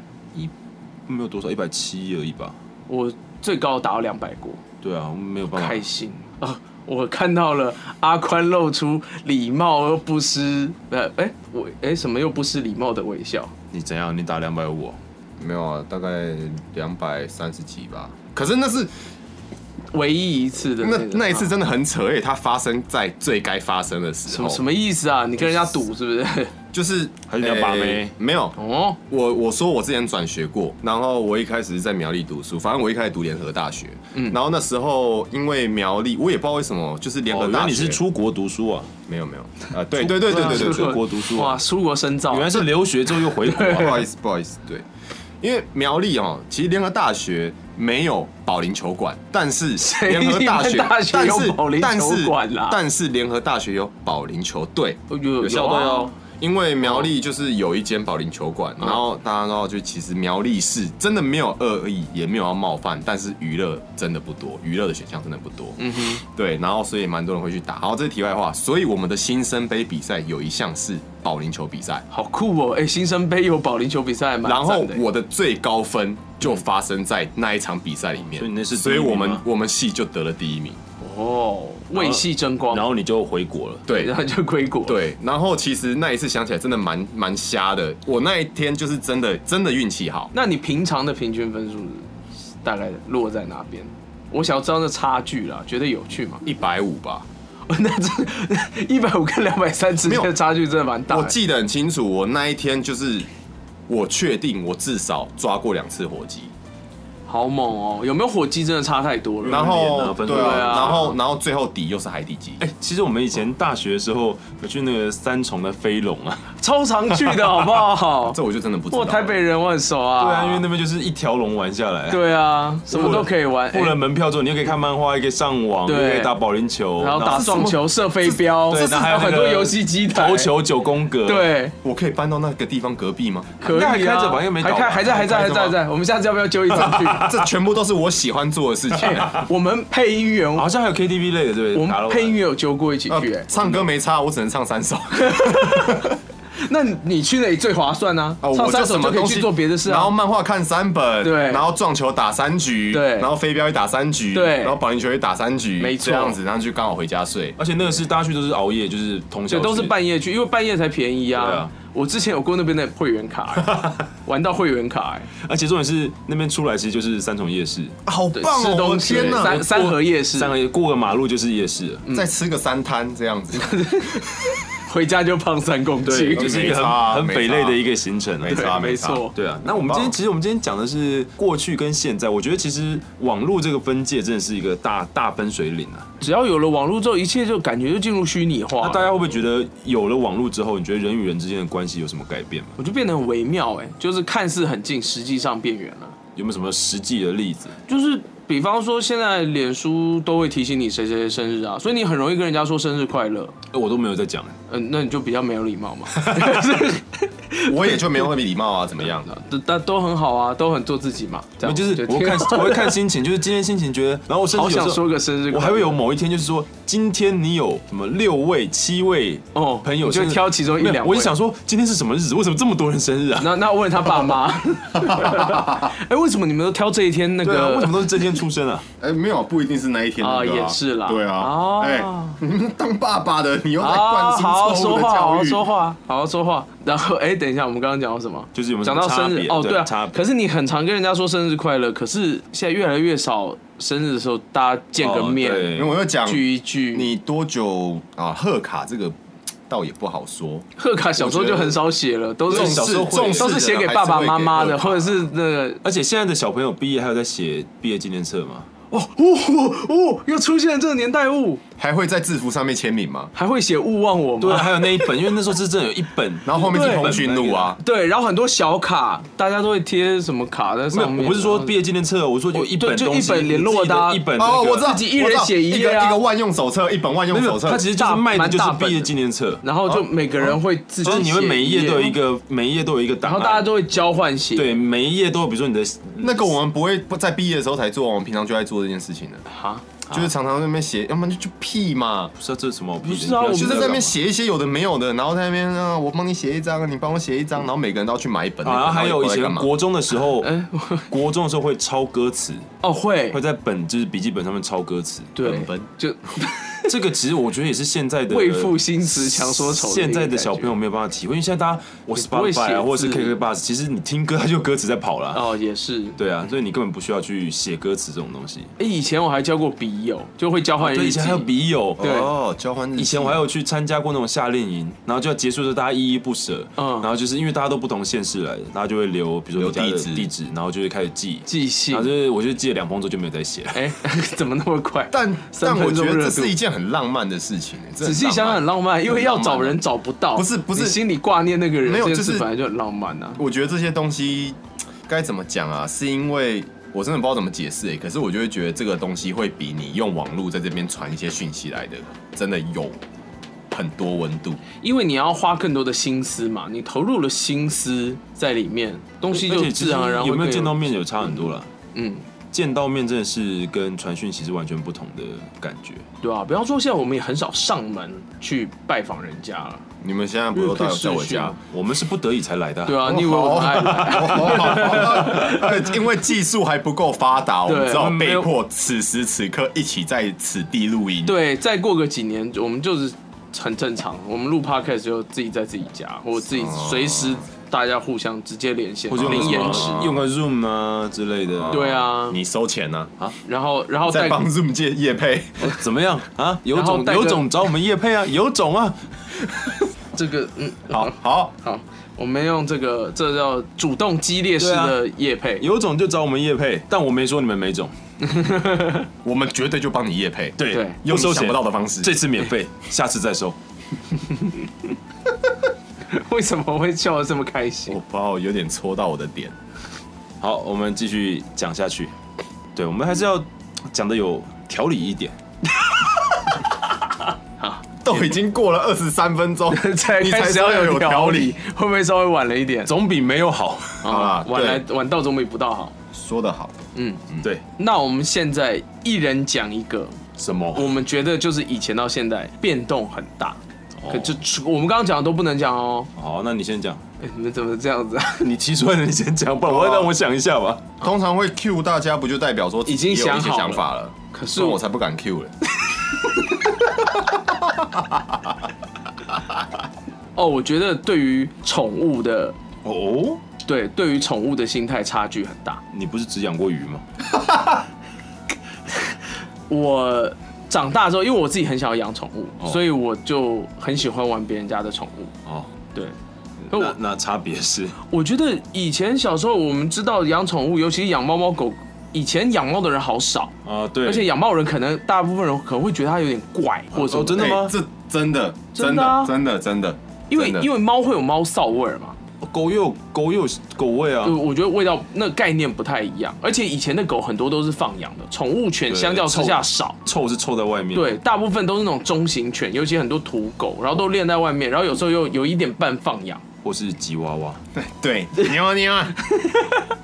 Speaker 4: 没有多少，一百七而已吧。
Speaker 5: 我最高打到两百过，
Speaker 4: 对啊，我们没有办法
Speaker 5: 开。心啊！我看到了阿宽露出礼貌而不失呃哎、我哎、什么又不失礼貌的微笑，
Speaker 4: 你怎样？你打两百五，
Speaker 3: 没有啊，大概两百三十几吧。可是那是
Speaker 5: 唯一一次的
Speaker 3: 那
Speaker 5: 个
Speaker 3: 那一次真的很扯，而且它发生在最该发生的时
Speaker 5: 啊什
Speaker 3: 候。
Speaker 5: 么什么意思啊？你跟人家赌是不是？
Speaker 3: 就是
Speaker 4: 还是你要把妹
Speaker 3: 哎没有，
Speaker 5: 哦，
Speaker 3: 我我说我之前转学过，然后我一开始是在苗栗读书，反正我一开始读联合大学，嗯，然后那时候因为苗栗，我也不知道为什么，就是联
Speaker 4: 哦，
Speaker 3: 合
Speaker 4: 原
Speaker 3: 大学
Speaker 4: 来你是出国读书啊？
Speaker 3: 没有没有，啊，对对对对对对
Speaker 5: 出
Speaker 3: 对，
Speaker 4: 国读书啊
Speaker 5: 哇，出国深造，
Speaker 4: 原来是留学之后又回国
Speaker 3: *laughs*
Speaker 5: *laughs*
Speaker 3: 不
Speaker 4: 啊。
Speaker 5: 哎
Speaker 3: 好意思不好意思，对，因为苗栗哦，其实联合大学没有保龄球馆，但是
Speaker 5: 谁
Speaker 3: 联合大学，
Speaker 5: 联合大学
Speaker 3: 但
Speaker 5: 有
Speaker 3: 是
Speaker 5: 保龄
Speaker 3: 但
Speaker 5: 球
Speaker 3: 是
Speaker 5: 馆啦
Speaker 3: 但是联合大学有保龄球队，
Speaker 5: 有有
Speaker 3: 有校队
Speaker 5: 啊
Speaker 3: 哦。因为苗栗就是有一间保龄球馆，然后大家知道，就其实苗栗市真的没有恶意，也没有要冒犯，但是娱乐真的不多，娱乐的选项真的不多。嗯哼，对，然后所以蛮多人会去打。好，这是题外话。所以我们的新生杯比赛有一项是保龄球比赛，
Speaker 5: 好酷哦！哎、新生杯有保龄球比赛，蛮
Speaker 3: 然后
Speaker 5: 赞的欸
Speaker 3: 我的最高分就发生在那一场比赛里面，
Speaker 4: 所以你那是第一
Speaker 3: 所以我
Speaker 4: 名
Speaker 3: 们
Speaker 4: 吗
Speaker 3: 我们系就得了第一名。
Speaker 5: 哦，为戏争光，
Speaker 4: 然后你就回国了。
Speaker 3: 对
Speaker 5: 然，后就归国，，
Speaker 3: 对，然后其实那一次想起来真的蛮蛮瞎的，我那一天就是真的真的运气好。
Speaker 5: 那你平常的平均分数是大概落在哪边？我想要知道那差距啦，觉得有趣嘛？
Speaker 3: 一百五吧，
Speaker 5: *laughs* 那这 *laughs* 一百五跟两百三之间
Speaker 3: 没
Speaker 5: 的
Speaker 3: 有
Speaker 5: 差距真的蛮大的。
Speaker 3: 我记得很清楚，我那一天就是我确定我至少抓过两次火鸡，
Speaker 5: 好猛哦！有没有火鸡真的差太多了？
Speaker 3: 然
Speaker 4: 脸
Speaker 3: 后
Speaker 4: 啊分
Speaker 3: 对
Speaker 4: 数
Speaker 3: 啊，
Speaker 5: 对啊
Speaker 3: 然后然后最后底又是海底鸡，？
Speaker 4: 哎、其实我们以前大学的时候有去那个三重的飞龙啊，
Speaker 5: 超常去的好不好
Speaker 4: *laughs*
Speaker 3: 这我就真的不知道
Speaker 5: 我
Speaker 3: 了。
Speaker 5: 台北人我很熟啊。
Speaker 4: 对啊，因为那边就是一条龙玩下来，，
Speaker 5: 对啊，什么都可以玩，
Speaker 4: 付了
Speaker 5: 哎
Speaker 4: 门票之后，你又可以看漫画，又可以上网，又
Speaker 5: 对
Speaker 4: 可以打保龄球，
Speaker 5: 然后打撞球、射飞镖，
Speaker 4: 对，然后还有那
Speaker 5: 哦很
Speaker 4: 个
Speaker 5: 多游戏机台
Speaker 4: 投，球九宫格，，
Speaker 5: 对。
Speaker 3: 我可以搬到那个地方隔壁吗？ *laughs*
Speaker 5: 可以、啊、
Speaker 4: 应该还开着吧应该没
Speaker 5: 还
Speaker 4: 倒吧
Speaker 5: 开，还在，还在，
Speaker 3: 还
Speaker 5: 还
Speaker 3: 开着
Speaker 5: 在，
Speaker 3: 吗
Speaker 5: 还在。我们下次要不要揪一张
Speaker 4: *laughs*
Speaker 5: 去？
Speaker 3: 这全部都是我喜欢做的事
Speaker 5: *laughs*
Speaker 3: 情。
Speaker 5: 哎我们配音员，
Speaker 4: 好像还有 KTV 类的，对不对？
Speaker 5: 我
Speaker 4: 打了
Speaker 5: 们配音员有揪过一起去、
Speaker 3: 呃
Speaker 5: 哎，
Speaker 3: 唱歌没差，我只能唱三首。
Speaker 5: 那你去那里最划算啊！
Speaker 3: 哦，
Speaker 5: *laughs* 唱
Speaker 3: 我
Speaker 5: 三
Speaker 3: 就
Speaker 5: 首
Speaker 3: 什么
Speaker 5: 可以
Speaker 3: 东
Speaker 5: 去
Speaker 3: 西
Speaker 5: 做别的事啊。
Speaker 3: 然后漫画看三本，
Speaker 5: 对
Speaker 3: 然后撞球打三局，
Speaker 5: 对
Speaker 3: 然后飞镖也打三局，
Speaker 5: 对
Speaker 3: 然后保龄球也打三局，
Speaker 5: 没错
Speaker 3: 这样子，然后就刚好回家睡。
Speaker 4: 而且那个是大家去都是熬夜，就是通宵
Speaker 5: 对，
Speaker 4: 去，
Speaker 5: 都是半夜去，因为半夜才便宜啊。
Speaker 4: 对啊
Speaker 5: 我之前有过那边的会员卡、
Speaker 3: *laughs*
Speaker 5: 哎玩到会员卡、哎
Speaker 4: 而且重点是那边出来其实就是三重夜市，
Speaker 3: 啊好
Speaker 5: 对，
Speaker 3: 棒
Speaker 5: 吃
Speaker 3: 哦！我
Speaker 5: 东
Speaker 3: 的
Speaker 5: 西，
Speaker 3: 天哪，
Speaker 5: 三三河夜市，
Speaker 4: 三个过个马路就是夜市了，
Speaker 3: 再吃个三摊这
Speaker 5: *laughs*
Speaker 3: 样子，
Speaker 5: 回家就胖三公
Speaker 4: 对，
Speaker 5: 斤，
Speaker 4: 就是一
Speaker 3: 没
Speaker 4: 个
Speaker 3: 差啊
Speaker 4: 很很
Speaker 3: 没
Speaker 4: 匪类
Speaker 3: 差
Speaker 4: 的一个行程啊，
Speaker 3: 没差
Speaker 5: 对没错
Speaker 4: 对啊，那我们今天其实我们今天讲的是过去跟现在，我觉得其实网络这个分界真的是一个大大分水岭啊。
Speaker 5: 只要有了网络之后，一切就感觉就进入虚拟化
Speaker 3: 啊
Speaker 4: 那大
Speaker 5: 了。
Speaker 4: 家会不会觉得有了网络之后，你觉得人与人之间的关系有什么改变吗？
Speaker 5: 我就变得很微妙、哎，就是看似很近，实际上变远了。
Speaker 4: 有没有什么实际的例子？
Speaker 5: 就是比方说，现在脸书都会提醒你谁谁谁生日啊，所以你很容易跟人家说生日快乐。
Speaker 4: 哎我都没有在讲，
Speaker 5: 嗯、那你就比较没有礼貌嘛。 *laughs*
Speaker 3: 我也就没有礼貌啊，怎么样的？
Speaker 5: 都但都很好啊，都很做自己嘛。这样
Speaker 4: 就是
Speaker 5: 对
Speaker 4: *laughs* 我会看
Speaker 5: 挺好
Speaker 4: 我会看心情，就是今天心情觉得，然后我
Speaker 5: *laughs*
Speaker 4: 甚
Speaker 5: 好
Speaker 4: 至有
Speaker 5: 想
Speaker 4: 时候
Speaker 5: 说个生日快乐，
Speaker 4: 我还会有某一天，就是说，今天你有什么六位、七位
Speaker 5: 哦
Speaker 4: 朋友
Speaker 5: 你就
Speaker 4: 生日，
Speaker 5: 挑其中一
Speaker 4: 没有
Speaker 5: 两位
Speaker 4: 我就想说，今天是什么日子？为什么这么多人生日啊？
Speaker 5: 那那问他爸
Speaker 4: *laughs*
Speaker 5: 妈，哎、为什么你们都挑这一天那
Speaker 4: 对啊，
Speaker 5: 个？
Speaker 4: *laughs* 为什么都是这天出
Speaker 5: *laughs*
Speaker 4: 生啊？
Speaker 3: 哎，没有，不一定是那一天
Speaker 5: 啊
Speaker 3: 那个
Speaker 5: 也是啦
Speaker 3: 对啊
Speaker 5: 哦，
Speaker 3: 哎，你们当爸爸的，你又在
Speaker 5: 啊，
Speaker 3: 灌输
Speaker 5: 好好
Speaker 3: 错误
Speaker 5: 说
Speaker 3: 的
Speaker 5: 话，好
Speaker 3: 教
Speaker 5: 好
Speaker 3: 育。
Speaker 5: 说话，好好说话。然后，哎、等一下，我们刚刚讲到什么？
Speaker 4: 就是有没有什
Speaker 5: 讲
Speaker 4: 么
Speaker 5: 到生
Speaker 4: 差
Speaker 5: 日
Speaker 4: 别
Speaker 5: 哦，
Speaker 4: 对
Speaker 5: 对啊
Speaker 4: 差。别
Speaker 5: 可是你很常跟人家说生日快乐，可是现在越来越少生日的时候，大家见个
Speaker 4: 哦
Speaker 5: 面，
Speaker 4: 对
Speaker 3: 因为我又讲，
Speaker 5: 聚一聚。
Speaker 3: 你多久啊？贺卡这个倒也不好说，
Speaker 5: 贺卡小时候就很少写了，都
Speaker 3: 重
Speaker 5: 是
Speaker 3: 视
Speaker 4: 小时候会
Speaker 3: 重视
Speaker 5: 都是写给爸爸妈妈的，
Speaker 3: 还是
Speaker 5: 或
Speaker 3: 会
Speaker 5: 者
Speaker 3: 给贺卡
Speaker 5: 是那个
Speaker 4: 而且现在的小朋友毕业还有在写毕业纪念册吗？
Speaker 5: 哦哦哦，又出现了这个年代物。
Speaker 3: 还会在制服上面签名吗？
Speaker 5: 还会写勿忘我
Speaker 4: 对，
Speaker 5: 吗？
Speaker 4: 啊还有那一本，因为那时候是真的有一
Speaker 5: *laughs*
Speaker 4: 本，
Speaker 3: 然后后面是通讯录啊，
Speaker 5: 对，然后很多小卡，大家都会贴什么卡在
Speaker 4: 没
Speaker 5: 上
Speaker 4: 有，
Speaker 5: 面。啊哦
Speaker 4: 我不是说毕业纪念册，哦我说有一本
Speaker 5: 对就
Speaker 4: 东西
Speaker 5: 一本联络的啊
Speaker 4: 一本那
Speaker 3: 哦，
Speaker 4: 个
Speaker 3: 我知道，
Speaker 5: 自己一人写一
Speaker 3: 一
Speaker 5: 页
Speaker 3: 个
Speaker 5: 啊
Speaker 3: 一个万用手册，一本万用
Speaker 4: 没
Speaker 3: 手
Speaker 4: 有，
Speaker 3: 册。
Speaker 4: 它其实就是卖的就
Speaker 5: 大
Speaker 4: 是
Speaker 5: 蛮大本
Speaker 4: 毕
Speaker 5: 的
Speaker 4: 业纪念册，
Speaker 5: 然后就每个人会自己
Speaker 4: 就
Speaker 5: 写
Speaker 4: 是
Speaker 5: 页，
Speaker 4: 哦你们每一页都有一个，每一页都有一个档
Speaker 5: 然
Speaker 4: 案，
Speaker 5: 后大家都会交换写。
Speaker 4: 对每一页都有，比如说你的
Speaker 3: 那个我们不会不在毕业的时候才做，我们平常就在做这件事情的，
Speaker 5: 啊，
Speaker 3: 就是常常在那边写，要么就就屁嘛，
Speaker 4: 不知道这是什么，
Speaker 5: 不是啊我们
Speaker 3: 就是在那
Speaker 4: 上
Speaker 3: 边写一些有的没有的，然后在那边啊，我帮你写一张，你帮我写一张，然后每个人都要去买一本。
Speaker 4: 啊，然后还有以
Speaker 3: 一些
Speaker 4: 前国中的时候，
Speaker 5: *laughs* 哎，我
Speaker 4: *laughs* 国中的时候会抄歌词，
Speaker 5: 哦会
Speaker 4: 会，在本就是笔记本上面抄歌词。
Speaker 5: *laughs* 对
Speaker 3: 本本，
Speaker 5: 就
Speaker 4: 这个其实我觉得也是现在的
Speaker 5: 为赋新词强说愁的那个
Speaker 4: 现在的小朋友没有办法体会，因为现在大家我
Speaker 5: 不会写
Speaker 4: Spotify 啊，或者是
Speaker 5: 字
Speaker 4: KK Bus，其实你听歌它就有歌词在跑了。
Speaker 5: 哦也是。
Speaker 4: 对啊，所以你根本不需要去写歌词这种东西。
Speaker 5: 哎，以前我还交过笔友，就会交换
Speaker 4: 哦对，
Speaker 5: 日
Speaker 4: 以
Speaker 5: 记
Speaker 4: 前还有。笔友，
Speaker 5: 哎对
Speaker 3: 哦，交换日记
Speaker 4: 以前我还有去参加过那种夏令营，然后就要结束的时候大家依依不舍，
Speaker 5: 嗯
Speaker 4: 然后就是因为大家都不同县市来的，大家就会留，比如
Speaker 3: 留
Speaker 4: 说你家的
Speaker 3: 地址
Speaker 4: 地址，然后就会开始记，
Speaker 5: 寄信
Speaker 4: 然后就是我就记了两封之后就没有再写了。
Speaker 5: 哎， *laughs* 怎么那么快？
Speaker 3: 但
Speaker 5: 三
Speaker 3: 但
Speaker 5: 分
Speaker 3: 我觉
Speaker 5: 钟
Speaker 3: 得
Speaker 5: 热
Speaker 3: 这
Speaker 5: 度
Speaker 3: 是一件很浪漫的事情，欸仔
Speaker 5: 仔细想想很浪
Speaker 4: 啊
Speaker 5: 漫，因为要找人。找不到，
Speaker 3: 不是不是
Speaker 5: 你心里挂念那个人，
Speaker 3: 没有
Speaker 5: 这件
Speaker 3: 就
Speaker 5: 事
Speaker 3: 是
Speaker 5: 本来就很浪漫啊呐。
Speaker 3: 我觉得这些东西该怎么讲啊？是因为我真的不知道怎么解释、欸，可是我就会觉得这个东西会比你用网络在这边传一些讯息来的，真的有很多温度。
Speaker 5: 因为你要花更多的心思嘛，你投入了心思在里面，东西
Speaker 4: 而
Speaker 5: 就
Speaker 4: 且
Speaker 5: 自
Speaker 4: 其实
Speaker 5: 然而然会
Speaker 4: 有没有
Speaker 5: 更
Speaker 4: 见到面有差很多了。
Speaker 5: 嗯，
Speaker 4: 见到面真的是跟传讯息是完全不同的感觉。
Speaker 5: 对啊，比方说现在我们也很少上门去拜访人家了，
Speaker 3: 你们现在不都在在我家？
Speaker 4: 我们是不得已才来的、
Speaker 5: 对
Speaker 4: 啊，
Speaker 5: 啊，你以为我们爱来？
Speaker 3: 呃 *laughs* 因为技术还不够发达，我们
Speaker 5: 对
Speaker 3: 只好
Speaker 5: 没
Speaker 3: 被
Speaker 5: 有
Speaker 3: 迫此时此刻一起在此地录音。，
Speaker 5: *laughs* 对，再过个几年，我们就是很正常，我们录 podcast 就自己在自己家，或者自己随时大家互相直接连线，
Speaker 4: 或者用个
Speaker 5: 零
Speaker 4: 什
Speaker 5: 延
Speaker 4: 么
Speaker 5: 迟。
Speaker 4: 用个 Zoom 啊之类的。
Speaker 5: 对啊，
Speaker 3: 你收钱呢、啊？
Speaker 5: 然后然后
Speaker 3: 在
Speaker 5: 再
Speaker 3: 帮 Zoom 借业配，
Speaker 4: 怎么
Speaker 5: *laughs*
Speaker 4: 样啊？有
Speaker 5: 然后
Speaker 4: 种
Speaker 5: 带个
Speaker 4: 有种找我们叶配啊，有种啊！
Speaker 5: 这个嗯
Speaker 3: 好好，
Speaker 5: 好，我们用这个这叫主动激烈式
Speaker 4: 对啊
Speaker 5: 的夜配。
Speaker 4: 有种就找我们叶配，但我没说你们没种。
Speaker 3: 我们绝对就帮你业配，
Speaker 4: 对
Speaker 5: 对
Speaker 3: 用
Speaker 4: 又
Speaker 3: 你
Speaker 4: 收
Speaker 3: 想
Speaker 4: 钱
Speaker 3: 不到的方式。
Speaker 4: 这次免费，下次再收。
Speaker 5: 为什么会笑得这么开心，
Speaker 3: 我？不知道，有点戳到我的点。
Speaker 4: 好，我们继续讲下去。对，我们还是要讲的有条理一点。
Speaker 3: 都已经过了二十三分钟
Speaker 5: *laughs* 才
Speaker 3: 你
Speaker 5: 开始
Speaker 3: 说
Speaker 5: 要有条
Speaker 3: 条
Speaker 5: 理。， *laughs* 会不会稍微晚了一点？
Speaker 4: 总比没有好。
Speaker 3: 好啦
Speaker 5: 晚来
Speaker 3: 对
Speaker 5: 晚到总比不到好。
Speaker 3: 说得好，
Speaker 5: 嗯，
Speaker 4: 对，
Speaker 5: 那我们现在一人讲一个，
Speaker 4: 什么？
Speaker 5: 我们觉得就是以前到现在变动很大，可就除我们刚刚讲的都不能讲哦。
Speaker 4: 好，那你先讲。
Speaker 5: 哎，你们怎么这样子啊？ *laughs*
Speaker 4: 你提出来的，你先讲，不然我要让我想一下吧。
Speaker 3: 通常会 Q 大家，不就代表说
Speaker 5: 已经
Speaker 3: 也有
Speaker 5: 想
Speaker 3: 一些
Speaker 5: 好
Speaker 3: 想
Speaker 5: 了
Speaker 3: 法了？
Speaker 5: 可是
Speaker 3: 所以我才不敢 Q 了。
Speaker 5: 哦，我觉得对于宠物的，
Speaker 4: 哦，
Speaker 5: 对对于宠物的心态差距很大。
Speaker 4: 你不是只养过鱼吗？
Speaker 5: 我长大之后，因为我自己很想要养宠物，所以我就很喜欢玩别人家的宠物。
Speaker 4: 哦，
Speaker 5: 对，那
Speaker 4: 那
Speaker 5: 我
Speaker 4: 那差别是，
Speaker 5: 我觉得以前小时候我们知道养宠物，尤其是养猫猫狗，以前养猫的人好少，
Speaker 4: 啊，对，
Speaker 5: 而且养猫人可能大部分人可能会觉得它有点怪，或者什么
Speaker 4: 哦真的吗
Speaker 3: 哎这真的，
Speaker 5: 真
Speaker 3: 真
Speaker 5: 的啊
Speaker 3: 的，真的，真的，
Speaker 5: 因为
Speaker 3: 真的
Speaker 5: 因为猫会有猫臊味儿嘛，
Speaker 4: 狗又有狗又有狗味啊
Speaker 5: 就，我觉得味道那概念不太一样，而且以前的狗很多都是放养的，宠物犬
Speaker 4: 对
Speaker 5: 相较之下
Speaker 4: 臭
Speaker 5: 少。
Speaker 4: 臭是臭在外面。，
Speaker 5: 对，大部分都是那种中型犬，尤其很多土狗，然后都练在外面，然后有时候又有一点半放养。
Speaker 4: 或是吉娃娃，
Speaker 3: 对，妞妞，
Speaker 5: *laughs*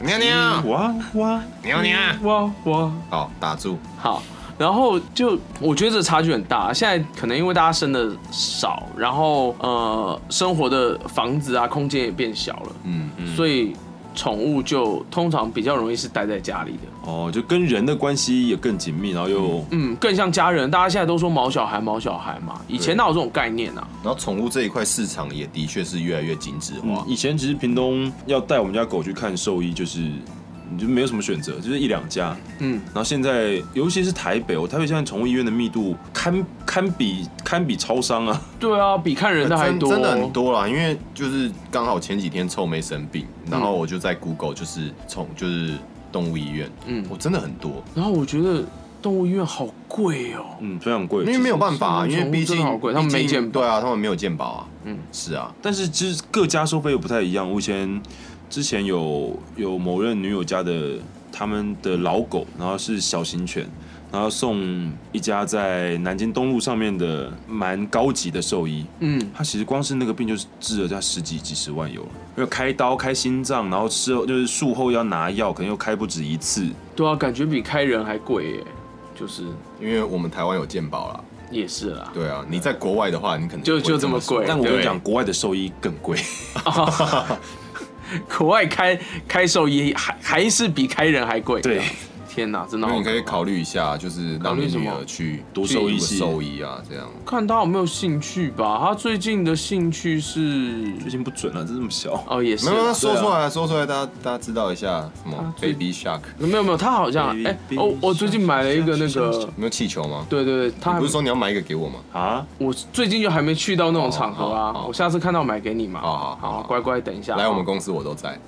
Speaker 3: 妞妞，
Speaker 4: 娃娃，
Speaker 3: 妞妞，
Speaker 5: 嗯哇哇，
Speaker 3: 好，打住。
Speaker 5: 好，然后就我觉得这差距很大。现在可能因为大家生的少，然后呃，生活的房子啊空间也变小了，
Speaker 3: 嗯嗯，
Speaker 5: 所以宠物就通常比较容易是待在家里的。
Speaker 4: 哦，就跟人的关系也更紧密，然后又
Speaker 5: 嗯，更像家人。大家现在都说毛小孩，毛小孩嘛，以前哪有这种概念啊？
Speaker 3: 然后宠物这一块市场也的确是越来越精致哦化
Speaker 4: 嗯，。以前其实屏东要带我们家狗去看兽医，就是你就没有什么选择，就是一两家。
Speaker 5: 嗯，
Speaker 4: 然后现在，尤其是台北，我台北现在宠物医院的密度堪堪比堪比超商啊。
Speaker 5: 对啊，比看人的还
Speaker 3: 真
Speaker 5: 多，
Speaker 3: 真的很。多啦，因为就是刚好前几天臭妹生病，然后我就在 Google 就是宠就是动物医院，
Speaker 5: 嗯
Speaker 3: 嗯，我真的很多，
Speaker 5: 然后我觉得动物医院好贵哦、
Speaker 4: 嗯，非常贵，
Speaker 3: 因为没有办法、啊，
Speaker 5: 宠物
Speaker 3: 因为毕
Speaker 5: 真
Speaker 3: 竟
Speaker 5: 的好贵他们
Speaker 3: 毕竟
Speaker 5: 没健保
Speaker 3: 对啊，他们没有健保啊。
Speaker 5: 嗯
Speaker 3: 嗯，是啊，
Speaker 4: 但是之各家收费又不太一样。我以前之前有有某任女友家的他们的老狗，然后是小型犬，然后送一家在南京东路上面的蛮高级的兽医。
Speaker 5: 嗯，
Speaker 4: 他其实光是那个病就是治了他十几几十万有了，因为开刀开心脏，然后事后就是术后要拿药，可能又开不止一次。
Speaker 5: 对啊，感觉比开人还贵耶、就是
Speaker 3: 因为我们台湾有健保啦。
Speaker 5: 也是啦，
Speaker 3: 对啊，你在国外的话，你可能
Speaker 5: 就
Speaker 3: 不会
Speaker 5: 就这么
Speaker 3: 说
Speaker 5: 贵
Speaker 4: 但我跟你
Speaker 5: 对
Speaker 4: 讲，国外的兽医更贵，
Speaker 5: 国外开开兽医还还是比开人还贵。
Speaker 4: 对，
Speaker 5: 天哪，真的
Speaker 3: 那
Speaker 5: 好
Speaker 3: 你可以
Speaker 5: 怕
Speaker 3: 考虑一下，就是
Speaker 5: 哦考
Speaker 3: 让
Speaker 5: 虑
Speaker 3: 你
Speaker 5: 什么
Speaker 3: 女儿去
Speaker 4: 读兽医系
Speaker 3: 兽医啊，这样。
Speaker 5: 看他有没有兴趣吧。他最近的兴趣是
Speaker 4: 最近不准了，这这么小。
Speaker 5: 哦，也是
Speaker 3: 没有，那
Speaker 5: 啦
Speaker 3: 说出来，说出来，大家大家知道一下什么
Speaker 5: 啊最
Speaker 3: Baby Shark，
Speaker 5: 没有没有，他好像
Speaker 4: Baby,
Speaker 5: 哎
Speaker 4: baby
Speaker 5: 哦，我最近买了一个那个，
Speaker 3: 你有气球吗？
Speaker 5: 对啊对对，他
Speaker 3: 你
Speaker 5: 还
Speaker 3: 不是说你要买一个给我吗？
Speaker 4: 啊，
Speaker 5: 我最近就还没去到那种场合
Speaker 3: 哦好
Speaker 5: 啊，
Speaker 3: 好
Speaker 5: 我下次看到买给你嘛。
Speaker 3: 好好好
Speaker 5: 好，乖乖等一下。
Speaker 3: 来我们
Speaker 5: 公，
Speaker 3: 公司我都在。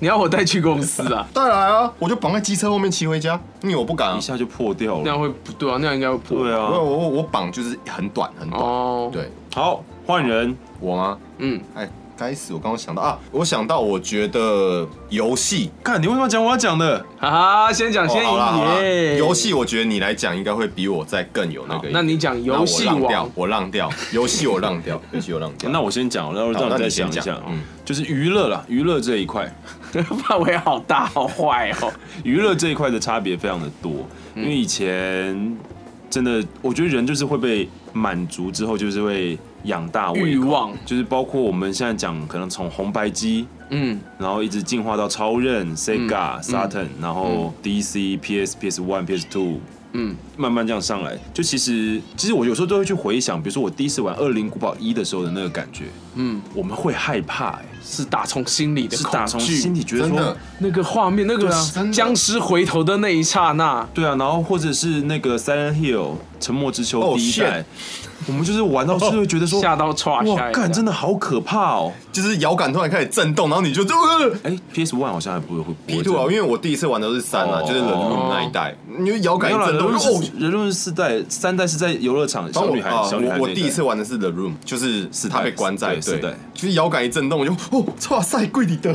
Speaker 5: 你要我带去公司
Speaker 3: *laughs*
Speaker 5: 啊？
Speaker 3: 当然啊，我就绑在机车后面骑回家，因为我不敢啊
Speaker 4: 一。下就破掉
Speaker 5: 那样
Speaker 4: 了。
Speaker 5: 会不对啊，那样应该会破。
Speaker 3: 因
Speaker 4: 对
Speaker 3: 为
Speaker 4: 啊，
Speaker 3: 我我我绑就是很短很短。
Speaker 5: 哦，，
Speaker 3: 对
Speaker 4: 好，换人。
Speaker 3: 我吗？
Speaker 5: 嗯，
Speaker 3: 哎，该死！我刚刚想到啊，我想到，我觉得游戏
Speaker 4: 看你为什么要讲我要讲的？
Speaker 5: 哈哈，先讲
Speaker 3: 哦
Speaker 5: 先
Speaker 3: 好啦好啦
Speaker 5: 赢耶
Speaker 3: 游戏我觉得你来讲应该会比我再更有那
Speaker 5: 好
Speaker 3: 个一点。
Speaker 5: 那你讲
Speaker 3: 那
Speaker 5: 游戏
Speaker 3: 我浪
Speaker 5: 王
Speaker 3: 掉，，我浪掉，游戏我浪掉， *laughs* 游戏我浪掉。
Speaker 4: 哦那我先讲，然后让
Speaker 3: 好那
Speaker 4: 你再
Speaker 3: 你先
Speaker 4: 想一
Speaker 3: 讲
Speaker 4: 下啊
Speaker 3: 嗯。
Speaker 4: 就是娱乐啦，娱乐这一块，
Speaker 5: *laughs* 范围好大，好坏哦。
Speaker 4: 娱乐这一块的差别非常的多。因为以前真的，我觉得人就是会被满足之后，就是会养大胃
Speaker 5: 欲
Speaker 4: 口，
Speaker 5: 望，
Speaker 4: 就是包括我们现在讲，可能从红白机，
Speaker 5: 嗯，
Speaker 4: 然后一直进化到超任、Sega、Saturn，然后 DC、PS、PS One、PS Two，
Speaker 5: 嗯，
Speaker 4: 慢慢这样上来。就其实，其实我有时候都会去回想，比如说我第一次玩《恶灵古堡一》的时候的那个感觉，
Speaker 5: 嗯，
Speaker 4: 我们会害怕、欸，
Speaker 5: 是打从心里的
Speaker 4: 是打
Speaker 5: 恐
Speaker 4: 从心
Speaker 5: 惧，
Speaker 4: 底觉得
Speaker 3: 真
Speaker 4: 说
Speaker 3: 的，，
Speaker 5: 那个画面，那个
Speaker 3: 对啊真的
Speaker 5: 僵尸回头的那一刹那，
Speaker 4: 对啊，然后或者是那个《Silent Hill》《沉默之丘》
Speaker 3: Oh,
Speaker 4: 第一代，我们就是玩到是会觉得说，
Speaker 5: 吓到唰吓
Speaker 4: 哇，
Speaker 5: 一
Speaker 4: 干，
Speaker 5: 下
Speaker 4: 真的好可怕哦！
Speaker 3: 就是摇杆突然开始震动，然后你就这个
Speaker 4: 哎，PS One 好像还不会会
Speaker 3: P two 啊，因为我第一次玩都是三啊，
Speaker 4: 哦
Speaker 3: 就是人路那一代，你就摇
Speaker 4: 没
Speaker 3: 杆
Speaker 4: 有
Speaker 3: 一
Speaker 4: 啦，
Speaker 3: 震
Speaker 4: 人
Speaker 3: 动，
Speaker 4: 论
Speaker 3: 就哦
Speaker 4: 是。人论是四代，三代是在游乐场，
Speaker 3: 然
Speaker 4: 小
Speaker 3: 后
Speaker 4: 女
Speaker 3: 我
Speaker 4: 孩，
Speaker 3: 啊，
Speaker 4: 小女孩
Speaker 3: 我我
Speaker 4: 那
Speaker 3: 第一
Speaker 4: 代
Speaker 3: 次玩的是 The Room，就是
Speaker 4: 四代
Speaker 3: 它被关在
Speaker 4: 对四代
Speaker 3: 就是摇杆一震动，我就哦，哇塞，跪底的，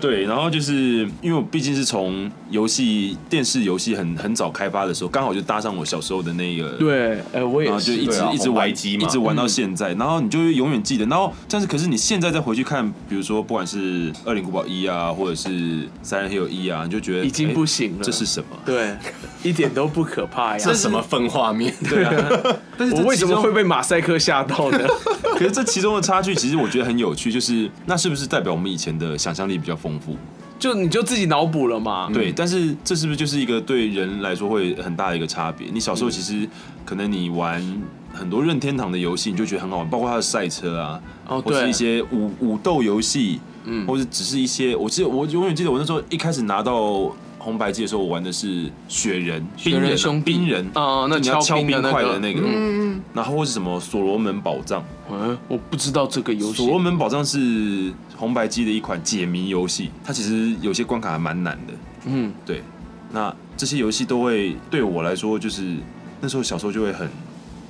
Speaker 4: 对，然后就是因为我毕竟是从游戏电视游戏很很早开发的时候，刚好就搭上我小时候的那个，
Speaker 5: 对，哎，我
Speaker 4: 然
Speaker 5: 也，
Speaker 4: 后就是一直、
Speaker 3: 对啊
Speaker 4: 一直
Speaker 3: 红白
Speaker 4: 玩嗯
Speaker 3: 机
Speaker 4: 一
Speaker 3: 嘛
Speaker 4: 直玩到现在，然后你就会永远记得，然后但是可是你现在再回去看，比如说不管是《二零古堡一》啊，或者是《三人 hill 一》啊，你就觉得
Speaker 5: 已经
Speaker 4: 哎
Speaker 5: 不行了
Speaker 4: 这是什么？
Speaker 5: 对，一点都不可怕呀
Speaker 3: 这。什么分画面？
Speaker 4: 对啊，但是
Speaker 5: 我
Speaker 4: 这
Speaker 5: 为
Speaker 4: 其
Speaker 5: 什么
Speaker 4: 中
Speaker 5: 会被马赛克吓到呢？
Speaker 4: *laughs* 可是这其中的差距，其实我觉得很有趣，就是那是不是代表我们以前的想象力比较丰富？
Speaker 5: *laughs* 就你就自己脑补了嘛。
Speaker 4: 对，但是这是不是就是一个对人来说会很大的一个差别？你小
Speaker 5: 嗯
Speaker 4: 时候其实可能你玩很多任天堂的游戏，你就觉得很好玩，包括它的赛车啊，
Speaker 5: 哦
Speaker 4: 或是
Speaker 5: 对
Speaker 4: 一些武武斗游戏，嗯，或者只是一些，我记得我永远记得我那时候一开始拿到。红白机的时候，我玩的是雪人、冰人啊、
Speaker 5: 人兄弟
Speaker 4: 冰人
Speaker 5: 哦那
Speaker 4: 就你要
Speaker 5: 敲
Speaker 4: 敲
Speaker 5: 冰的
Speaker 4: 冰
Speaker 5: 那
Speaker 4: 块
Speaker 5: 个
Speaker 4: 的那个，嗯，然后或是什么所罗门宝藏，
Speaker 5: 嗯，我不知道这个游
Speaker 4: 所罗
Speaker 5: 戏。
Speaker 4: 门宝藏是红白机的一款解谜游戏，它其实有些关卡还蛮难的。
Speaker 5: 嗯，
Speaker 4: 对，那这些游戏都会对我来说，就是那时候小时候就会很，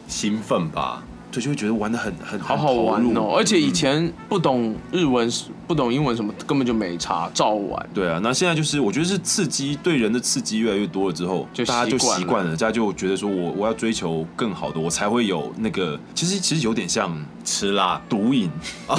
Speaker 3: 兴奋吧？
Speaker 4: 对，就会觉得玩的很很
Speaker 5: 好好玩
Speaker 4: 很投
Speaker 5: 哦！
Speaker 4: 入
Speaker 5: 而且以前不懂日文、不懂英文什么，根本就没查，照玩。
Speaker 4: 对啊，那现在就是我觉得是刺激对人的刺激越来越多了之后，
Speaker 5: 就
Speaker 4: 大家就
Speaker 5: 习惯了
Speaker 4: 习惯了，大家就觉得说我我要追求更好的，我才会有那个，其实其实有点像
Speaker 3: 吃辣，
Speaker 5: *laughs*
Speaker 4: 毒瘾，
Speaker 5: *laughs*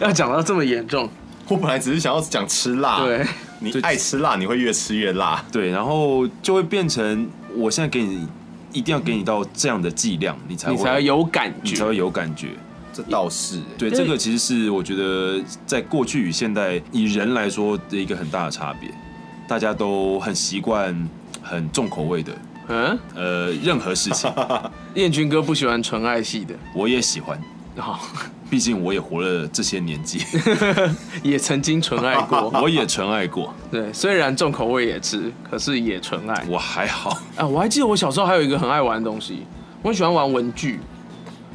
Speaker 5: 要讲到这么严重，
Speaker 3: 我本来只是想要讲吃辣，
Speaker 5: 对，
Speaker 3: 你
Speaker 4: 对
Speaker 3: 爱吃辣，你会越吃越辣。
Speaker 4: 对，然后就会变成我现在给你一定要给你到这样的剂量，你才
Speaker 5: 你
Speaker 4: 会
Speaker 5: 才有感
Speaker 4: 你才
Speaker 5: 觉。
Speaker 4: 会有感觉。
Speaker 3: 这倒是欸，
Speaker 4: 对，
Speaker 5: 对
Speaker 4: 这个其实是我觉得在过去与现代以人来说的一个很大的差别，大家都很习惯很重口味的，
Speaker 5: 嗯，
Speaker 4: 呃，任何事
Speaker 5: *laughs*
Speaker 4: 情
Speaker 5: 燕军哥不喜欢纯爱系的，哦
Speaker 4: 我也喜欢，
Speaker 5: 好，
Speaker 4: 毕竟我也活了这些年
Speaker 5: *laughs*
Speaker 4: 纪，
Speaker 5: 也曾经纯爱过。 *laughs*
Speaker 4: 我也纯爱过，
Speaker 5: 对，虽然重口味也吃，可是也纯爱。
Speaker 4: 我还好，
Speaker 5: 啊，我还记得我小时候还有一个很爱玩的东西，我很喜欢玩文具，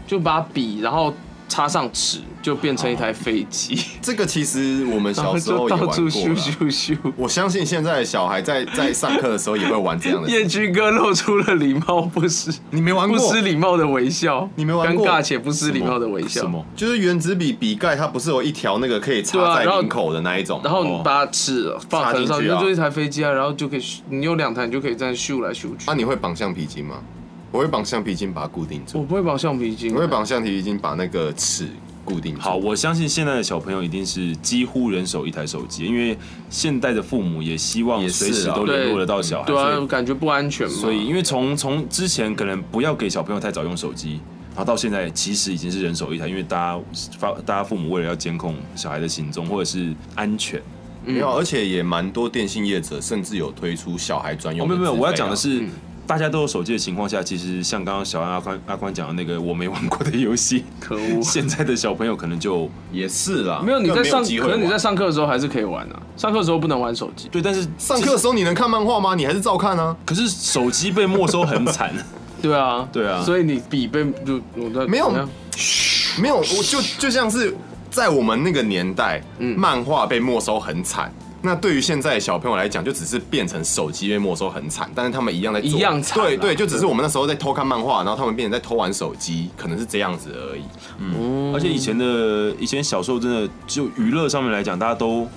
Speaker 5: 就把笔，然后插上齿就变成一台飞
Speaker 3: *laughs*
Speaker 5: 机，
Speaker 3: 这个其实我们
Speaker 5: 然
Speaker 3: 小
Speaker 5: 后
Speaker 3: 时候
Speaker 5: 就
Speaker 3: 也
Speaker 5: 到
Speaker 3: 玩
Speaker 5: 处
Speaker 3: 过
Speaker 5: 咻
Speaker 3: 啦
Speaker 5: 咻咻。
Speaker 3: 我相信现在的小孩在在上课的时候也会玩这
Speaker 5: *laughs*
Speaker 3: 样的。
Speaker 5: 叶军哥露出了礼貌不失
Speaker 3: *laughs* 你没玩
Speaker 5: 不
Speaker 3: 过？
Speaker 5: 失礼貌的微笑，
Speaker 3: 你没玩
Speaker 5: 尴
Speaker 3: 过
Speaker 5: 尬且不失礼貌的微笑
Speaker 4: 什。么？
Speaker 3: 就是原子笔笔盖，它不是有一条那个可以
Speaker 5: 对啊
Speaker 3: 插在
Speaker 5: 然后
Speaker 3: 领口的那一种？哦
Speaker 5: 然后你把齿放头上，
Speaker 3: 插进去
Speaker 5: 就
Speaker 3: 啊
Speaker 5: 就一台飞机啊，然后就可以，你有两台，你就可以这样咻来咻去
Speaker 3: 啊，。你会绑橡皮筋吗？我会绑橡皮筋把它固定
Speaker 5: 我
Speaker 3: 住，
Speaker 5: 不会绑橡皮筋，
Speaker 3: 我会绑橡皮筋把那个齿固定住。
Speaker 4: 好，我相信现在的小朋友一定是几乎人手一台手机，因为现代的父母也希望
Speaker 3: 也是
Speaker 4: 随时
Speaker 3: 啊
Speaker 4: 都联络得到小孩，
Speaker 5: 对
Speaker 4: 所以
Speaker 5: 啊，感觉不安全嘛。
Speaker 4: 所以，因为从从之前可能不要给小朋友太早用手机，然后到现在其实已经是人手一台，因为大家发大家父母为了要监控小孩的行踪或者是安全，
Speaker 3: 没
Speaker 4: 嗯
Speaker 3: 有，而且也蛮多电信业者甚至有推出小孩专
Speaker 4: 哦，
Speaker 3: 用
Speaker 4: 没
Speaker 3: 的资
Speaker 4: 有没
Speaker 3: 费啊、
Speaker 4: 有，我要讲的是。
Speaker 5: 嗯
Speaker 4: 大家都有手机的情况下，其实像刚刚小安阿宽阿宽讲的那个我没玩过的游戏，
Speaker 5: 可恶，
Speaker 4: *laughs*
Speaker 5: *laughs*
Speaker 4: 现在的小朋友可能就
Speaker 3: 也是啦，
Speaker 5: 没有你在
Speaker 3: 更
Speaker 5: 上，
Speaker 3: 机
Speaker 5: 可
Speaker 3: 会
Speaker 5: 能你在
Speaker 3: 玩
Speaker 5: 上课的时候还是可以玩啊。上课的时候不能玩手机，
Speaker 4: 对，但是
Speaker 3: 上课的时候你能看漫画吗？你还是照看啊。
Speaker 4: 可是手机被没收很 *laughs* 惨，
Speaker 5: 对啊，
Speaker 4: 对啊
Speaker 5: 所以你笔被就我在
Speaker 3: 没有
Speaker 5: 怎么样
Speaker 3: 没有，我就就像是在我们那个年代，
Speaker 4: 嗯
Speaker 3: 漫画被没收很惨。那对于现在的小朋友来讲，就只是变成手机被没收很惨，但是他们一样在做
Speaker 5: 一样
Speaker 4: 啊
Speaker 5: 惨啦
Speaker 3: 对对，就只是我们那时候在偷看漫画，然后他们变成在偷玩手机，可能是这样子而已。
Speaker 4: 而且以前的以前小时候真的就娱乐上面来讲，大家都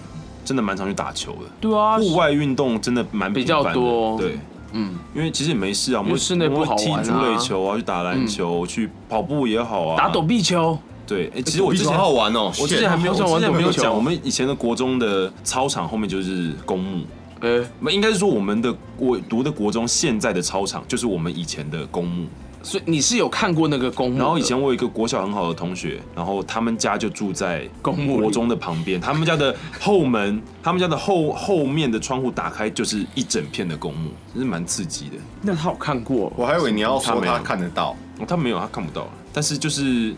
Speaker 4: 真的蛮常去打球的，
Speaker 5: 对啊，
Speaker 4: 户外运动真的蛮频繁的
Speaker 5: 比较多
Speaker 4: 对，
Speaker 5: 嗯，
Speaker 4: 因为其实也没事啊，
Speaker 5: 因
Speaker 4: 我们
Speaker 5: 为室内不好玩啊
Speaker 4: 我们会踢足垒球啊，去打篮球，去跑步也好啊，
Speaker 5: 打躲避球，
Speaker 4: 对，哎、其实我之前
Speaker 3: 好好玩哦，
Speaker 4: 我之前还没有，
Speaker 5: 好想
Speaker 4: 我
Speaker 5: 玩
Speaker 4: 之前没有
Speaker 5: 躲避球
Speaker 4: 讲，我们以前的国中的操场后面就是公墓，
Speaker 5: 哎，
Speaker 4: 那应该是说我们的我读的国中现在的操场就是我们以前的公墓。
Speaker 5: 所以你是有看过那个公墓的？
Speaker 4: 然后以前我有一个国小很好的同学，然后他们家就住在
Speaker 5: 公墓里
Speaker 4: 国中的旁边，他们家的后门，他们家的后后面的窗户打开就是一整片的公墓，真是蛮刺激的。
Speaker 5: 那他有看过，
Speaker 3: 我还以为你要
Speaker 4: 他
Speaker 3: 说
Speaker 4: 没有
Speaker 3: 他看得到，
Speaker 4: 哦他没有，他看不到了。但是就是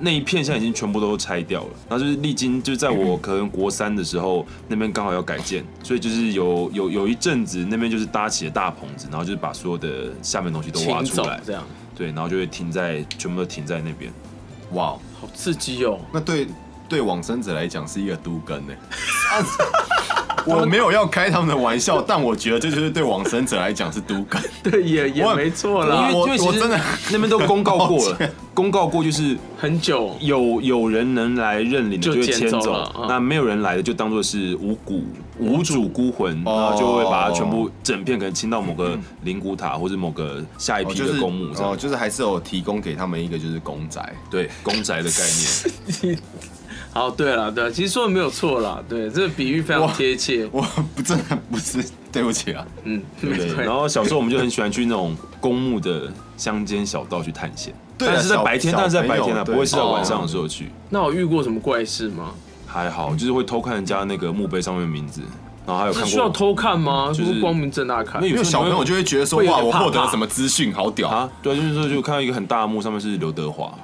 Speaker 4: 那一片现在已经全部都拆掉了，然后就是历经就是在我可能国三的时候，那边刚好要改建，所以就是有有有一阵子那边就是搭起了大棚子，然后就是把所有的下面的东西都挖
Speaker 5: 请
Speaker 4: 出
Speaker 5: 走
Speaker 3: 哦
Speaker 4: 来，
Speaker 5: 这样，
Speaker 4: 对，然后就会停在全部都停在那边。
Speaker 3: 哇哦，
Speaker 5: 好刺激哦。
Speaker 3: 那对对往生者来讲是一个都根呢、啊我没有要开他们的玩笑，但我觉得这就是对往生者来讲是都根。
Speaker 5: 对，也
Speaker 3: 我
Speaker 5: 也
Speaker 3: 很
Speaker 5: 没错
Speaker 4: 因
Speaker 5: 啦
Speaker 4: 为，
Speaker 3: 我
Speaker 4: 因为其
Speaker 3: 我
Speaker 4: 实
Speaker 3: 真
Speaker 4: *laughs*
Speaker 3: 的
Speaker 4: 那边都公告过
Speaker 3: 抱
Speaker 4: 了
Speaker 3: 歉，
Speaker 4: 公告过就是
Speaker 5: 很久
Speaker 4: 有有人能来认领的
Speaker 5: 就
Speaker 4: 就会
Speaker 5: 捡
Speaker 4: 迁
Speaker 5: 走
Speaker 4: 走，
Speaker 5: 了嗯
Speaker 4: 那没有人来的就当做是无骨无主孤魂，
Speaker 3: 哦
Speaker 4: 然后就会把它全部整片可能清到某个灵骨塔或者某个下一
Speaker 3: 嗯哦
Speaker 4: 批
Speaker 3: 就是
Speaker 4: 的公墓上
Speaker 3: 哦，。就是还是有提供给他们一个就是公仔。
Speaker 4: 对公宅的概念，
Speaker 5: 好，对了，对啦，其实说的没有错啦，对，这个比喻非常
Speaker 3: 哇
Speaker 5: 贴切，
Speaker 3: *laughs* 我不真的不是，对不起啊，
Speaker 5: 嗯，没
Speaker 4: 对。然
Speaker 5: 错。
Speaker 4: 后小时候我们就很喜欢去那种公墓的乡间小道去探险，
Speaker 3: 对啊
Speaker 4: 但是在
Speaker 3: 小
Speaker 4: 白天，
Speaker 3: 小
Speaker 4: 但是在白
Speaker 3: 朋友
Speaker 4: 天啊，不
Speaker 3: 对
Speaker 4: 会是在晚
Speaker 3: 哦
Speaker 4: 上的时候去。
Speaker 5: 那我遇过什么怪事吗？
Speaker 4: 还好，就是会偷看人家那个墓碑上面的名字，然后还有看
Speaker 5: 是
Speaker 4: 过
Speaker 5: 需要偷看吗？
Speaker 4: 就是是
Speaker 5: 不是光明正大看
Speaker 4: 因？为
Speaker 3: 因
Speaker 4: 有
Speaker 3: 为
Speaker 4: 时候
Speaker 3: 小
Speaker 4: 你
Speaker 3: 朋
Speaker 4: 会
Speaker 3: 友就会觉得说
Speaker 5: 会有
Speaker 3: 哇，
Speaker 5: 点
Speaker 3: 我
Speaker 5: 怕
Speaker 3: 获得
Speaker 5: 怕
Speaker 3: 了什么资讯，好屌！
Speaker 4: 啊，对，就是说就看到一个很大的墓，上面是刘
Speaker 5: *laughs*
Speaker 4: 德华。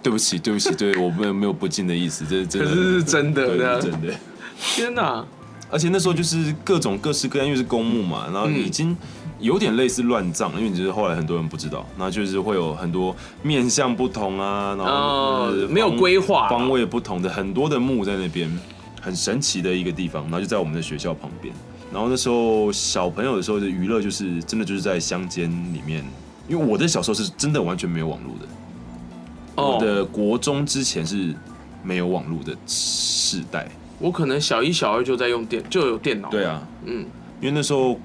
Speaker 4: 对不起，对不起，对我没有没有不敬的意思，这是真
Speaker 5: 可
Speaker 4: 的，
Speaker 5: 是是真的啊
Speaker 4: 对
Speaker 5: 的
Speaker 4: 是真的。
Speaker 5: 天哪！
Speaker 4: 而且那时候就是各种各式各样，因为是公墓嘛，
Speaker 5: 嗯
Speaker 4: 然后已经有点类似乱葬，因为就是后来很多人不知道，然后就是会有很多面向不同啊，然后
Speaker 5: 哦
Speaker 4: 就是
Speaker 5: 没有
Speaker 4: 方
Speaker 5: 规划
Speaker 4: 方位不同的很多的墓在那边，很神奇的一个地方，然后就在我们的学校旁边。然后那时候小朋友的时候的娱乐就是真的就是在乡间里面，因为我的小时候是真的完全没有网络的，我
Speaker 5: 哦，
Speaker 4: 的国中之前是没有网络的世代，
Speaker 5: 我可能小一、小二就在用电，就有电脑。
Speaker 4: 对，啊，
Speaker 5: 嗯，
Speaker 4: 因为那时候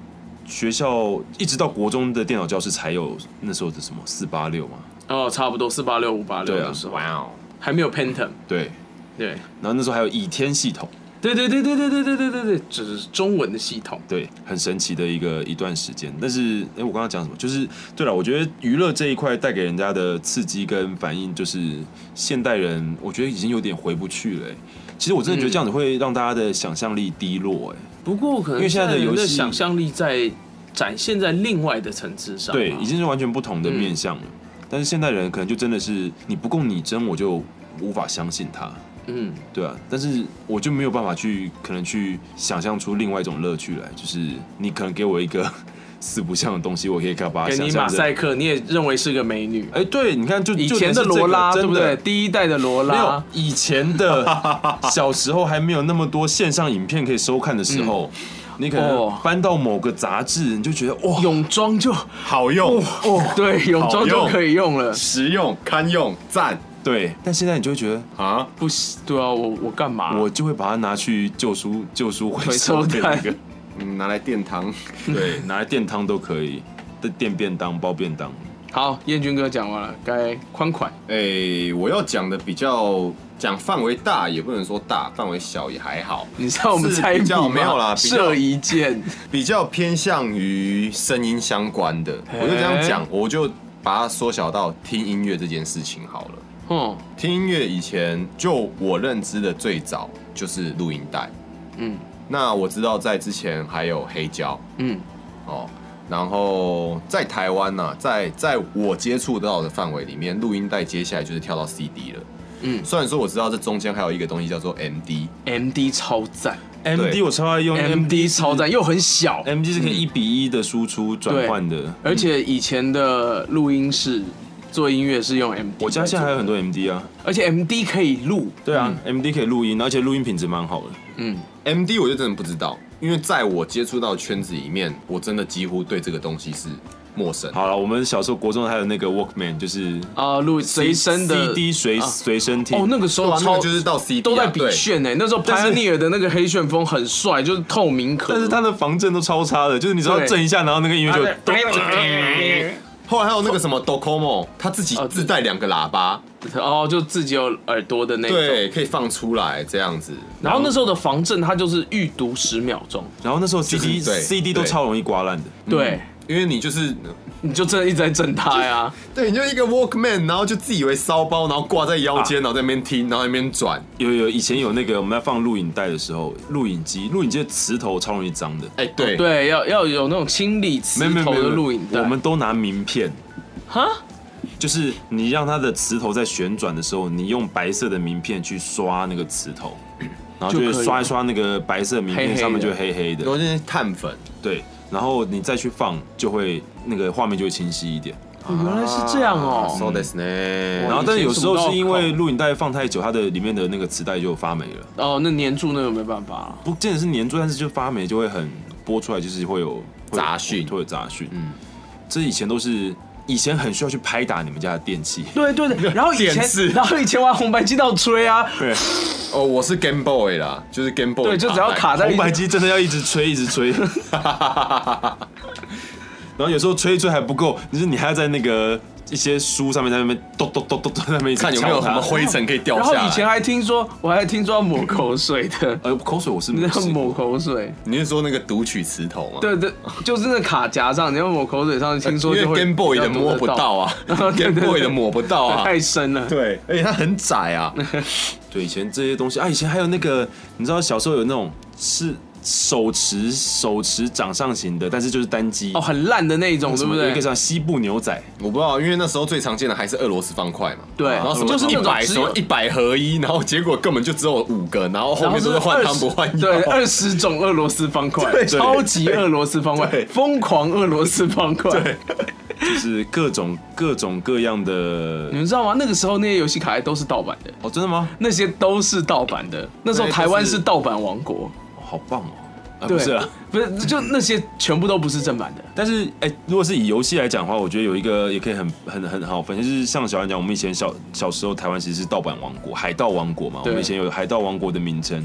Speaker 4: 学校一直到国中的电脑教室才有那时候的什么四八六嘛，
Speaker 5: 哦，差不多四八六、五八六
Speaker 4: 对啊
Speaker 5: 的时候，
Speaker 3: 哇哦，
Speaker 5: 还没有 Pentium。
Speaker 4: 对，
Speaker 5: 对，
Speaker 4: 然后那时候还有倚天系统，
Speaker 5: 对对对对对对对对对对，这是中文的系统。
Speaker 4: 对，很神奇的一个一段时间。但是，哎、我刚刚讲什么？就是对了，我觉得娱乐这一块带给人家的刺激跟反应，就是现代人我觉得已经有点回不去了、诶其实我真的觉得这样子会让大家的想象力低落、诶
Speaker 5: 不过可能
Speaker 4: 因为现在的
Speaker 5: 人
Speaker 4: 游戏
Speaker 5: 的想象力在展现在另外的层次上嘛。嗯
Speaker 4: 对，已经是完全不同的面向了。但是现代人可能就真的是你不供你真，我就无法相信他。
Speaker 5: 嗯，
Speaker 4: 对啊，但是我就没有办法去，可能去想象出另外一种乐趣来，就是你可能给我一个四不像的东西，我可以把它
Speaker 5: 给
Speaker 4: 想
Speaker 5: 你
Speaker 4: 象
Speaker 5: 马
Speaker 4: 成
Speaker 5: 赛克，你也认为是个美女，
Speaker 4: 哎，对，你看就
Speaker 5: 以前的罗拉，对不？对？
Speaker 4: 就连是这个真的
Speaker 5: 第一代的罗
Speaker 4: 没有
Speaker 5: 拉，
Speaker 4: 以前的小时候还没有那么多线上影片可以收看的时候，你可能
Speaker 5: 嗯哦
Speaker 4: 翻到某个杂志，你就觉得哦哇，
Speaker 5: 泳装就
Speaker 3: 好用， *laughs*
Speaker 5: 哦，对，泳装就可以用了。
Speaker 3: 实用，堪用，赞
Speaker 4: 对。但现在你就会觉得，
Speaker 3: 啊！
Speaker 5: 不是，对啊，我我干嘛？
Speaker 4: 我就会把它拿去
Speaker 5: *laughs*
Speaker 4: 旧书旧书回收
Speaker 5: 回
Speaker 4: 的
Speaker 5: 收
Speaker 4: 那
Speaker 5: 袋
Speaker 4: 个，
Speaker 3: 嗯，拿来垫汤。
Speaker 4: 对，拿来垫汤都可以，的垫便当、包便当。
Speaker 5: 好，燕军哥讲完了，该宽款。
Speaker 3: 哎、我要讲的比较讲范围大，也不能说大，范围小也还好。
Speaker 5: 你知道我们
Speaker 3: 是
Speaker 5: 猜
Speaker 3: 比
Speaker 5: 谜
Speaker 3: 较
Speaker 5: 吗？
Speaker 3: 没有啦，比较
Speaker 5: 射一
Speaker 3: *laughs*
Speaker 5: 箭，
Speaker 3: 比较偏向于声音相关的。
Speaker 5: 嘿
Speaker 3: 我就这样讲，我就把它缩小到听音乐这件事情好了。
Speaker 5: 哦，
Speaker 3: 听音乐以前，就我认知的最早就是录音带。
Speaker 5: 嗯
Speaker 3: 那我知道在之前还有黑胶
Speaker 5: 嗯，
Speaker 3: 哦，然后在台湾呢、在在我接触到的范围里面，录音带接下来就是跳到 CD 了。
Speaker 5: 嗯
Speaker 3: 虽然说我知道这中间还有一个东西叫做 MD，
Speaker 5: ，M D 超赞
Speaker 4: M D 我超爱
Speaker 3: 哦
Speaker 4: 用
Speaker 5: ，M D 超嗯赞，又很小，
Speaker 4: M D 是可以一比一的输出转换的。
Speaker 5: 而且以前的录音室做音乐是用 M D，
Speaker 4: 我家现在还有很多 M D 啊，
Speaker 5: 而且 M D 可以录，
Speaker 4: 对啊，M D 可以录音，而且录音品质蛮好的。
Speaker 5: 嗯
Speaker 3: MD 我就真的不知道，因为在我接触到的圈子里面，我真的几乎对这个东西是陌生。
Speaker 4: 好了，我们小时候国中还有那个 Walkman，就是
Speaker 5: 啊，录随身的
Speaker 4: CD 随
Speaker 5: 啊
Speaker 4: 随身听。
Speaker 5: 哦，那个时
Speaker 3: 对
Speaker 5: 候
Speaker 3: 啊那
Speaker 5: 超
Speaker 3: 个就是到 CD 啊
Speaker 5: 都在比
Speaker 3: 对
Speaker 5: 炫呢，那时候 Pioneer 的那个黑旋风很帅，就是透明壳，
Speaker 4: 但是它的防震都超差的，就是你只要
Speaker 5: 对啊
Speaker 4: 震一下，然后那个音乐就
Speaker 3: *laughs*
Speaker 4: 咚
Speaker 3: 后来还有那个什么 Docomo，它自己自带两个喇叭，
Speaker 5: 哦，就自己有耳朵的那种。
Speaker 3: 对，可以放出来这样子。
Speaker 5: 然后那时候的防震，它就是预读十秒钟，
Speaker 4: 然后那时候
Speaker 3: 是
Speaker 4: CD
Speaker 3: 对
Speaker 4: CD 都
Speaker 3: 对
Speaker 4: 超容易刮烂的。
Speaker 5: 对，
Speaker 3: 因为你就是
Speaker 5: 嗯你就真的一直在震它呀。
Speaker 3: 对，你就一个 Walkman，然后就自以为骚包，然后挂在腰
Speaker 5: 啊
Speaker 3: 间，然后在那边听，然后在那边转。
Speaker 4: 有有，以前有那个我们在放录影带的时候，录影机录影机的磁头超容易脏的。
Speaker 3: 哎，对，
Speaker 5: *laughs* 对，要要有那种清理磁头的录影带。
Speaker 4: 我们都拿名片，
Speaker 5: 哈，
Speaker 4: 就是你让它的磁头在旋转的时候，你用白色的名片去刷那个
Speaker 5: *coughs*
Speaker 4: 磁头，然后就
Speaker 5: 就
Speaker 4: 会
Speaker 5: 可以
Speaker 4: 刷一刷那个白色名
Speaker 5: 黑黑
Speaker 4: 片
Speaker 5: 的
Speaker 4: 上面就黑黑
Speaker 3: 然后
Speaker 4: 的，
Speaker 3: 就是碳粉，
Speaker 4: 对，然后你再去放就会那个画面就会清晰一点。
Speaker 5: 哦原来是这样哦。嗯
Speaker 3: ，so this
Speaker 4: 然
Speaker 3: 呢
Speaker 4: 后，但是有时候是
Speaker 5: 以
Speaker 4: 因
Speaker 5: 前
Speaker 4: 为
Speaker 5: 哦什么都要靠
Speaker 4: 录影带放太久，它的里面的那个磁带就发霉了，
Speaker 5: 哦，那粘住那个没办法了。
Speaker 4: 不见得是粘住，但是就发霉就会很播出来就是会有会有
Speaker 3: 杂讯
Speaker 4: 会有杂讯。
Speaker 3: 嗯
Speaker 4: 嗯，这以前都是以前很需要去拍打你们家的
Speaker 3: *laughs*
Speaker 4: 电器。
Speaker 5: 对对 *laughs* 对，然后以
Speaker 3: 电视
Speaker 5: 前，然后以前玩红白机到吹啊，
Speaker 4: 对，
Speaker 3: 哦，我是 Game Boy 啦，就是 Game Boy，
Speaker 5: 对，就只要卡在
Speaker 4: 红白机真的要一直吹，一直
Speaker 3: *laughs*
Speaker 4: 吹。然后有时候吹一吹还不够，就是你还要在那个一些书上面在那边咚咚咚咚咚在那边一直
Speaker 3: 看有没有
Speaker 4: 敲
Speaker 3: 什
Speaker 4: 它，
Speaker 3: 么灰尘可以掉
Speaker 5: 然
Speaker 3: 下
Speaker 5: 后
Speaker 3: 来。
Speaker 5: 以前还听说，我还听说要抹口水的 *laughs*
Speaker 4: 呃口水我是没
Speaker 5: 那
Speaker 4: 有
Speaker 5: 要
Speaker 4: 试
Speaker 5: 抹
Speaker 4: 过，
Speaker 5: 口水。
Speaker 3: 你是说那个读取磁头吗？
Speaker 5: 对对，就是那卡夹上，你要抹口水上，听说
Speaker 3: 因
Speaker 5: 就
Speaker 3: 为
Speaker 5: 会
Speaker 3: Game Boy 的摸不到
Speaker 5: *laughs*
Speaker 3: 啊
Speaker 5: 对对
Speaker 3: *laughs* ，Game
Speaker 5: 对
Speaker 3: Boy 的抹不到啊。
Speaker 5: 太深了。
Speaker 3: 对，而且它很
Speaker 5: *laughs*
Speaker 3: 窄啊。
Speaker 4: 对以前这些东西啊，以前还有那个你知道小时候有那种是手持手持掌上型的，但是就是单机
Speaker 5: 哦，很烂的那一种，对
Speaker 4: 什
Speaker 5: 不
Speaker 4: 么有一
Speaker 5: 对
Speaker 4: 个？叫西部牛仔，
Speaker 3: 我不知道，因为那时候最常见的还是俄罗斯方块嘛。
Speaker 5: 对
Speaker 3: 然后什么
Speaker 5: 就是
Speaker 3: 一
Speaker 5: 那种
Speaker 3: 百
Speaker 5: 只
Speaker 3: 什
Speaker 5: 有
Speaker 3: 么一百合一，然后结果根本就只有五个，然后后
Speaker 5: 然后
Speaker 3: 面都是换汤不换
Speaker 5: 20
Speaker 3: 药。
Speaker 5: 对，二十种俄罗斯方块，超级俄罗斯方块
Speaker 3: 对，
Speaker 5: 疯狂俄罗斯方块。
Speaker 4: 就是各种各种各样的
Speaker 5: 你。们知道吗？那个时候那些游戏卡带都是盗版的，
Speaker 4: 哦，真的吗？
Speaker 5: 那些都是盗版的。那时候
Speaker 3: 对
Speaker 5: 台湾
Speaker 3: 都是
Speaker 5: 是盗版王国，
Speaker 4: 哦好棒哦！啊，
Speaker 5: 对
Speaker 4: 不是啊。
Speaker 5: 不是就那些全部都不是正版的。
Speaker 4: 但是，哎、如果是以游戏来讲的话，我觉得有一个也可以很很很好分，就是像小安讲，我们以前小小时候台湾其实是盗版王国、海盗王国嘛，我
Speaker 5: 对
Speaker 4: 们以前有海盗王国的名称。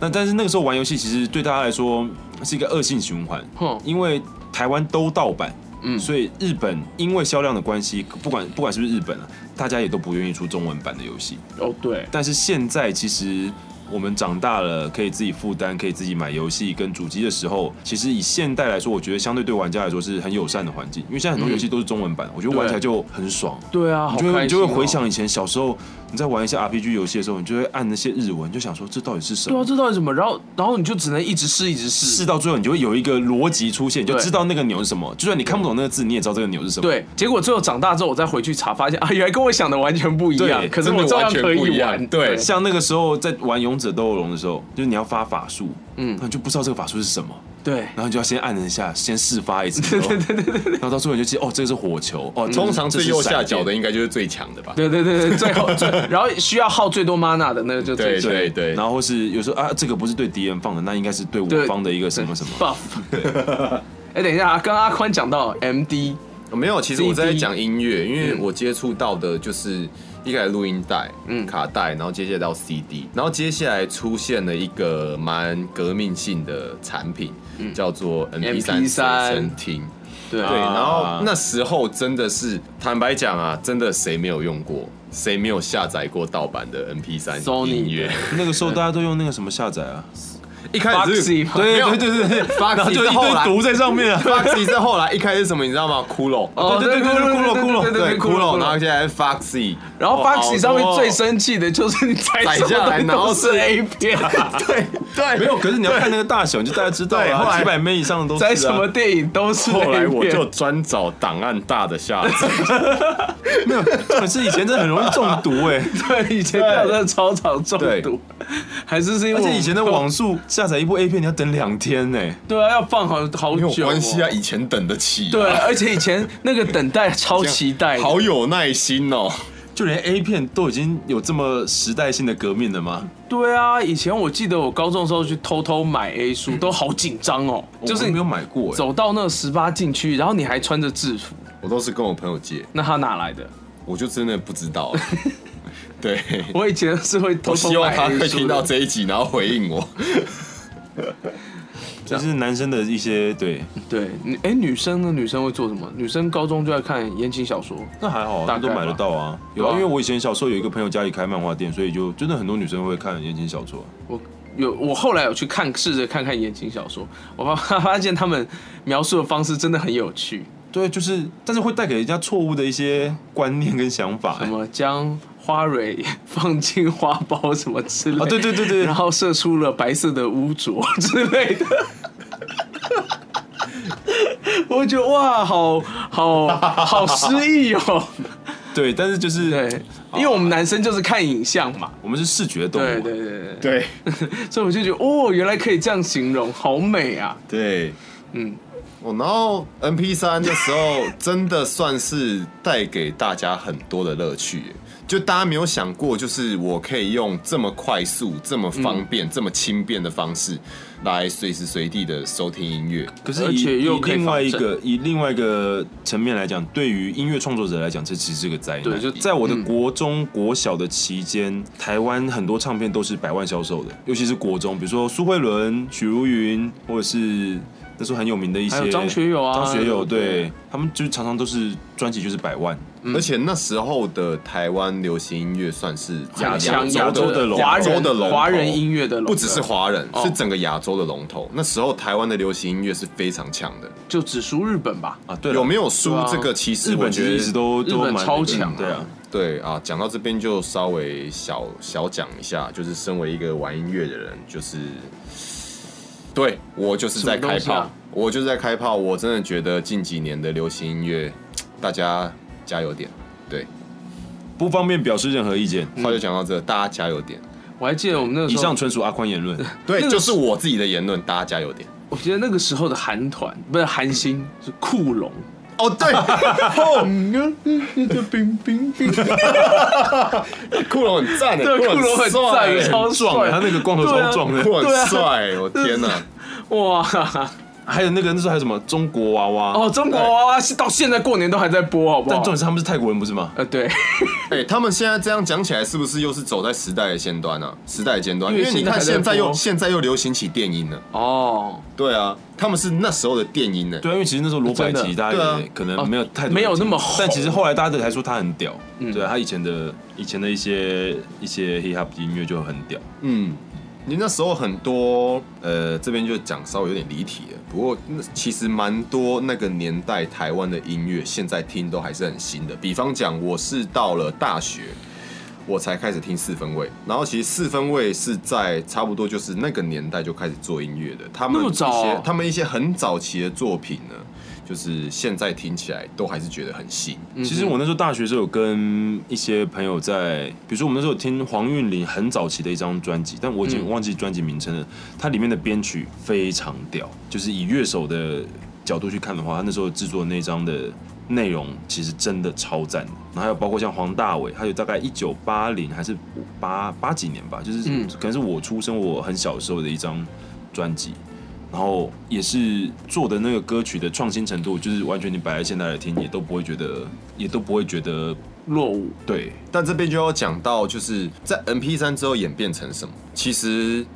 Speaker 4: 那但是那个时候玩游戏，其实对大家来说是一个恶性循环
Speaker 5: 哼，
Speaker 4: 因为台湾都盗版，
Speaker 5: 嗯
Speaker 4: 所以日本因为销量的关系，不管不管是不是日本啊，大家也都不愿意出中文版的游戏。
Speaker 5: 哦，对，
Speaker 4: 但是现在其实我们长大了，可以自己负担，可以自己买游戏跟主机的时候，其实以现代来说，我觉得相对对玩家来说是很友善的环境，因为现在很多游戏都是中文版，我觉得玩起来就很爽。
Speaker 5: 对啊，好
Speaker 4: 你就
Speaker 5: 开
Speaker 4: 会
Speaker 5: 心
Speaker 4: 你就会回
Speaker 5: 哦。
Speaker 4: 想以前小时候你在玩一些 RPG 游戏的时候，你就会按那些日文，就想说这到底是什
Speaker 5: 对啊，
Speaker 4: 么？
Speaker 5: 这到底什么？然后，然后你就只能一直试，一直试，
Speaker 4: 试到最后，你就会有一个逻辑出现，你就
Speaker 5: 对
Speaker 4: 知道那个钮是什么。就算你看不懂那个字，你也知道这个钮是什么。
Speaker 5: 对，结果最后长大之后，我再回去查，发现啊，原来跟我想的完全不一样。
Speaker 4: 对
Speaker 5: 可是
Speaker 3: 真的
Speaker 5: 我照样
Speaker 3: 完全
Speaker 5: 可
Speaker 3: 不一
Speaker 5: 以
Speaker 3: 样
Speaker 5: 玩。
Speaker 3: 对
Speaker 4: 像那个时候在玩《勇者斗恶龙》的时候，就是你要发法术，
Speaker 5: 嗯
Speaker 4: 嗯，那你就不知道这个法术是什么，
Speaker 5: 对
Speaker 4: 然后你就要先按一下，先试发一 *laughs* 次，对对对对然后到最后你就记得哦，这个是火球，哦，
Speaker 3: 通常
Speaker 4: 这
Speaker 3: 最
Speaker 4: 是
Speaker 3: 右
Speaker 4: 闪
Speaker 3: 下角
Speaker 4: 电
Speaker 3: 的
Speaker 5: 嗯
Speaker 3: 应该就是最强的吧？
Speaker 5: 对对对对，最后最 *laughs* 然后需要耗最多 mana 的那个就最
Speaker 3: 对对对，
Speaker 4: 然后或是有时候啊，这个不是对敌人放的，那应该是对我
Speaker 5: 对
Speaker 4: 方的一个什么什么。
Speaker 5: buff。哎，等一下啊，刚刚阿宽讲到 MD，
Speaker 3: 没有，其实我
Speaker 5: CD
Speaker 3: 在讲音乐，因为我接触到的就是一开始录音带、嗯、卡带，然后接下来到 CD，然后接下来出现了一个蛮革命性的产品，叫做 MP3
Speaker 5: MP3
Speaker 3: 随身听。
Speaker 5: 对
Speaker 3: 对，然后那时候真的是，坦白讲啊，真的谁没有用过，谁没有下载过盗版的 MP3
Speaker 5: Sony
Speaker 3: 音乐？
Speaker 4: 那个时候大家都用那个什么下载啊？
Speaker 3: *laughs* 一开始是
Speaker 5: Foxy 吗
Speaker 3: 没有
Speaker 4: 对对对对，
Speaker 3: *laughs* Foxy
Speaker 4: 然后就一
Speaker 3: 是后
Speaker 4: 堆
Speaker 3: 来
Speaker 4: 毒在上面啊。
Speaker 3: *laughs* Foxy 是后来一开始是什么你知道吗？骷髅，
Speaker 5: 哦
Speaker 4: 对对对对骷髅骷髅
Speaker 3: 对骷髅，然后
Speaker 5: 然后
Speaker 3: 现在是 Foxy，
Speaker 5: 然后
Speaker 3: 哦
Speaker 5: Foxy 上面
Speaker 3: 好多哦
Speaker 5: 最生气的就是你载
Speaker 3: 载下来然后
Speaker 5: 都是 A 片，
Speaker 3: 对对，
Speaker 4: *laughs* 没有，可是你要看那个大小，你就大家知道
Speaker 3: 对后
Speaker 4: 啊，
Speaker 3: 来
Speaker 4: 几百枚以上的都是啊
Speaker 5: 载什么电影都是 A 片。
Speaker 3: 后来我就专找档案大的下载，
Speaker 4: 没有。可是以前真的很容易中毒 *laughs* 哎，
Speaker 5: 对以前掉在操场中毒，还是是因为
Speaker 4: 而
Speaker 5: 我
Speaker 4: 且以前的网速下载一部 A 片你要等两天欸呢。
Speaker 5: 对啊，要放好好
Speaker 3: 没有
Speaker 5: 久哦
Speaker 3: 关系啊，。以前等得起、啊，
Speaker 5: 对，而且以前那个等待超期待的，
Speaker 3: 好有耐心哦。
Speaker 4: 就连 A 片都已经有这么时代性的革命了吗？
Speaker 5: 对啊，以前我记得我高中的时候去偷偷买 A 书，都好紧张哦，就是
Speaker 4: 我没有买过哎。
Speaker 5: 走到那十八禁区，然后你还穿着制服，
Speaker 3: 我都是跟我朋友借，
Speaker 5: 那他哪来的？
Speaker 3: 我就真的不知道。对，
Speaker 5: 我以前是会
Speaker 3: 我
Speaker 5: 偷偷
Speaker 3: 希望
Speaker 5: 买
Speaker 3: 他
Speaker 5: A
Speaker 3: 会
Speaker 5: 书
Speaker 3: 听到
Speaker 5: 的
Speaker 3: 这一集，然后回应我。
Speaker 4: 这是男生的一些对，
Speaker 5: 对，女哎，女生呢？女生会做什么？女生高中就在看言情小说，
Speaker 4: 那还好啊，
Speaker 5: 大
Speaker 4: 那
Speaker 5: 概
Speaker 4: 都买得到啊。有啊，
Speaker 5: 对啊
Speaker 4: 因为我以前小时候有一个朋友家里开漫画店，所以就真的很多女生会看言情小说。
Speaker 5: 我有我后来有去看，试着看看言情小说，我发发现他们描述的方式真的很有趣，
Speaker 4: 对，就是，但是会带给人家错误的一些观念跟想法、
Speaker 5: 什
Speaker 4: 欸。
Speaker 5: 么将花蕊放进花苞什么之类的，
Speaker 4: 啊对对对对
Speaker 5: 然后射出了白色的污浊之类的。 *laughs* 我觉得哇，好好好诗意哦！
Speaker 4: 对，但是就
Speaker 5: *laughs*
Speaker 4: 是
Speaker 5: 对，因为我们男生就是看影像嘛，
Speaker 4: 我们是视觉动物，啊
Speaker 5: 对对对对
Speaker 3: 对
Speaker 5: 对，所以我就觉得哦，原来可以这样形容，好美啊！
Speaker 3: 对，
Speaker 5: 嗯，
Speaker 3: 哦，然后 M P 三的时候，真的算是带给大家很多的乐趣耶。就大家没有想过，就是我可以用这么快速、这么方
Speaker 4: 嗯
Speaker 3: 便、这么轻便的方式，来随时随地的收听音乐。
Speaker 4: 可是
Speaker 5: 而
Speaker 4: 以
Speaker 5: 且又
Speaker 4: 以
Speaker 5: 可以
Speaker 4: 另外
Speaker 5: 仿
Speaker 4: 一
Speaker 5: 真
Speaker 4: 个以另外一个层面来讲，对于音乐创作者来讲，这其实是个灾难。
Speaker 5: 对就嗯
Speaker 4: 在我的国中、国小的期间，台湾很多唱片都是百万销售的，尤其是国中，比如说苏慧伦、许茹芸，或者是那时候很有名的一
Speaker 5: 还
Speaker 4: 些
Speaker 5: 有张学友啊
Speaker 4: 张学友
Speaker 5: 对
Speaker 4: 对他们就是常常都是专辑就是百万。
Speaker 3: 而且那时候的台湾流行音乐算是
Speaker 5: 很强
Speaker 4: 亚洲的龙头
Speaker 5: 华人
Speaker 3: 亚洲的龙头
Speaker 5: 华人音乐的龙头，
Speaker 3: 不只是华人，
Speaker 5: 哦
Speaker 3: 是整个亚洲的龙头。那时候台湾的流行音乐是非常强的，
Speaker 5: 就只输日本吧。
Speaker 4: 啊，对了，
Speaker 3: 有没
Speaker 4: 有
Speaker 3: 有输
Speaker 5: 对啊
Speaker 3: 这个？其实
Speaker 4: 日
Speaker 3: 我
Speaker 4: 本其
Speaker 3: 觉
Speaker 4: 实
Speaker 3: 得
Speaker 4: 一直都
Speaker 5: 日
Speaker 4: 都
Speaker 5: 本
Speaker 4: 蛮
Speaker 5: 超
Speaker 4: 那个
Speaker 5: 强啊
Speaker 4: 对啊。
Speaker 3: 对啊，讲到这边就稍微小小讲一下，就是身为一个玩音乐的人，就是对我就是在开
Speaker 5: 什么东西
Speaker 3: 炮，
Speaker 5: 啊
Speaker 3: 我就是在开炮。我真的觉得近几年的流行音乐，大家加油点。对，
Speaker 4: 不方便表示任何意见。
Speaker 3: 话就讲到这，大家加油点。
Speaker 5: 我还记得我们那个
Speaker 4: 以
Speaker 5: 时候
Speaker 4: 上，纯属阿宽言论。
Speaker 3: 对，
Speaker 5: 那个
Speaker 3: 就是我自己的言论，大家加油点。
Speaker 5: 我觉得那个时候的韩团不是韩星是酷龙，
Speaker 3: 哦，对， *laughs* 哦
Speaker 1: 嗯
Speaker 5: 冰冰冰，
Speaker 3: 酷哎龙很赞的，
Speaker 5: 对，酷龙很
Speaker 3: 帅
Speaker 5: 赞，
Speaker 3: 欸，
Speaker 5: *laughs* 超
Speaker 4: 壮
Speaker 5: 帅，
Speaker 4: 欸他那个光头
Speaker 5: 对啊
Speaker 4: 超壮的
Speaker 3: 酷龙
Speaker 5: 对啊
Speaker 3: 很帅，我天哪！
Speaker 5: 哇！
Speaker 4: 还有那个那时候还有什么中国娃娃
Speaker 5: 哦，，中国娃娃是到现在过年都还在播，好不
Speaker 4: 但
Speaker 5: 好
Speaker 4: 重？点是他们是泰国人不是吗？
Speaker 5: 呃，对，
Speaker 3: 哎、他们现在这样讲起来，是不是又是走在时代的尖端啊？时代的尖端，
Speaker 5: 因
Speaker 3: 因
Speaker 5: 为
Speaker 3: 为你看
Speaker 5: 现在
Speaker 3: 现
Speaker 5: 还在
Speaker 3: 在
Speaker 5: 播
Speaker 3: 又现在又流行起电音了。
Speaker 5: 哦，
Speaker 3: 对啊，他们是那时候的电音呢、
Speaker 4: 对啊，因为其实那时候罗百吉
Speaker 5: 真的
Speaker 4: 大
Speaker 3: 对
Speaker 4: 家
Speaker 3: 啊
Speaker 4: 也可能没有太多人
Speaker 5: 没有那么
Speaker 4: 听
Speaker 5: 红嗯
Speaker 4: 但其实后来大家都还说他很屌，对啊，他以前的以前的一些一些 hip hop 音乐就很屌，
Speaker 3: 嗯，你那时候很多呃，这边就讲稍微有点离题了。不过那其实蛮多那个年代台湾的音乐，现在听都还是很新的。比方讲，我是到了大学。我才开始听四分卫，然后其实四分卫是在差不多就是那个年代就开始做音乐的，他们
Speaker 5: 那么
Speaker 3: 一些、
Speaker 5: 早啊
Speaker 3: 他们一些很早期的作品呢，就是现在听起来都还是觉得很新。
Speaker 4: 其实我那时候大学时候有跟一些朋友在，比如说我们那时候有听黄韵玲很早期的一张专辑，但我已经忘记专辑名称了。它里面的编曲非常屌，就是以乐手的角度去看的话，他那时候制作那张的内容其实真的超赞的。然后还有包括像黄大炜，还有大概一九八零还是八八几年吧，就是
Speaker 5: 嗯
Speaker 4: 可能是我出生我很小的时候的一张专辑。然后也是做的那个歌曲的创新程度，就是完全你摆在现在来听，也都不会觉得，也都不会觉得
Speaker 5: 落伍，
Speaker 4: 对。
Speaker 3: 但这边就要讲到，就是在 MP 三之后演变成什么，其实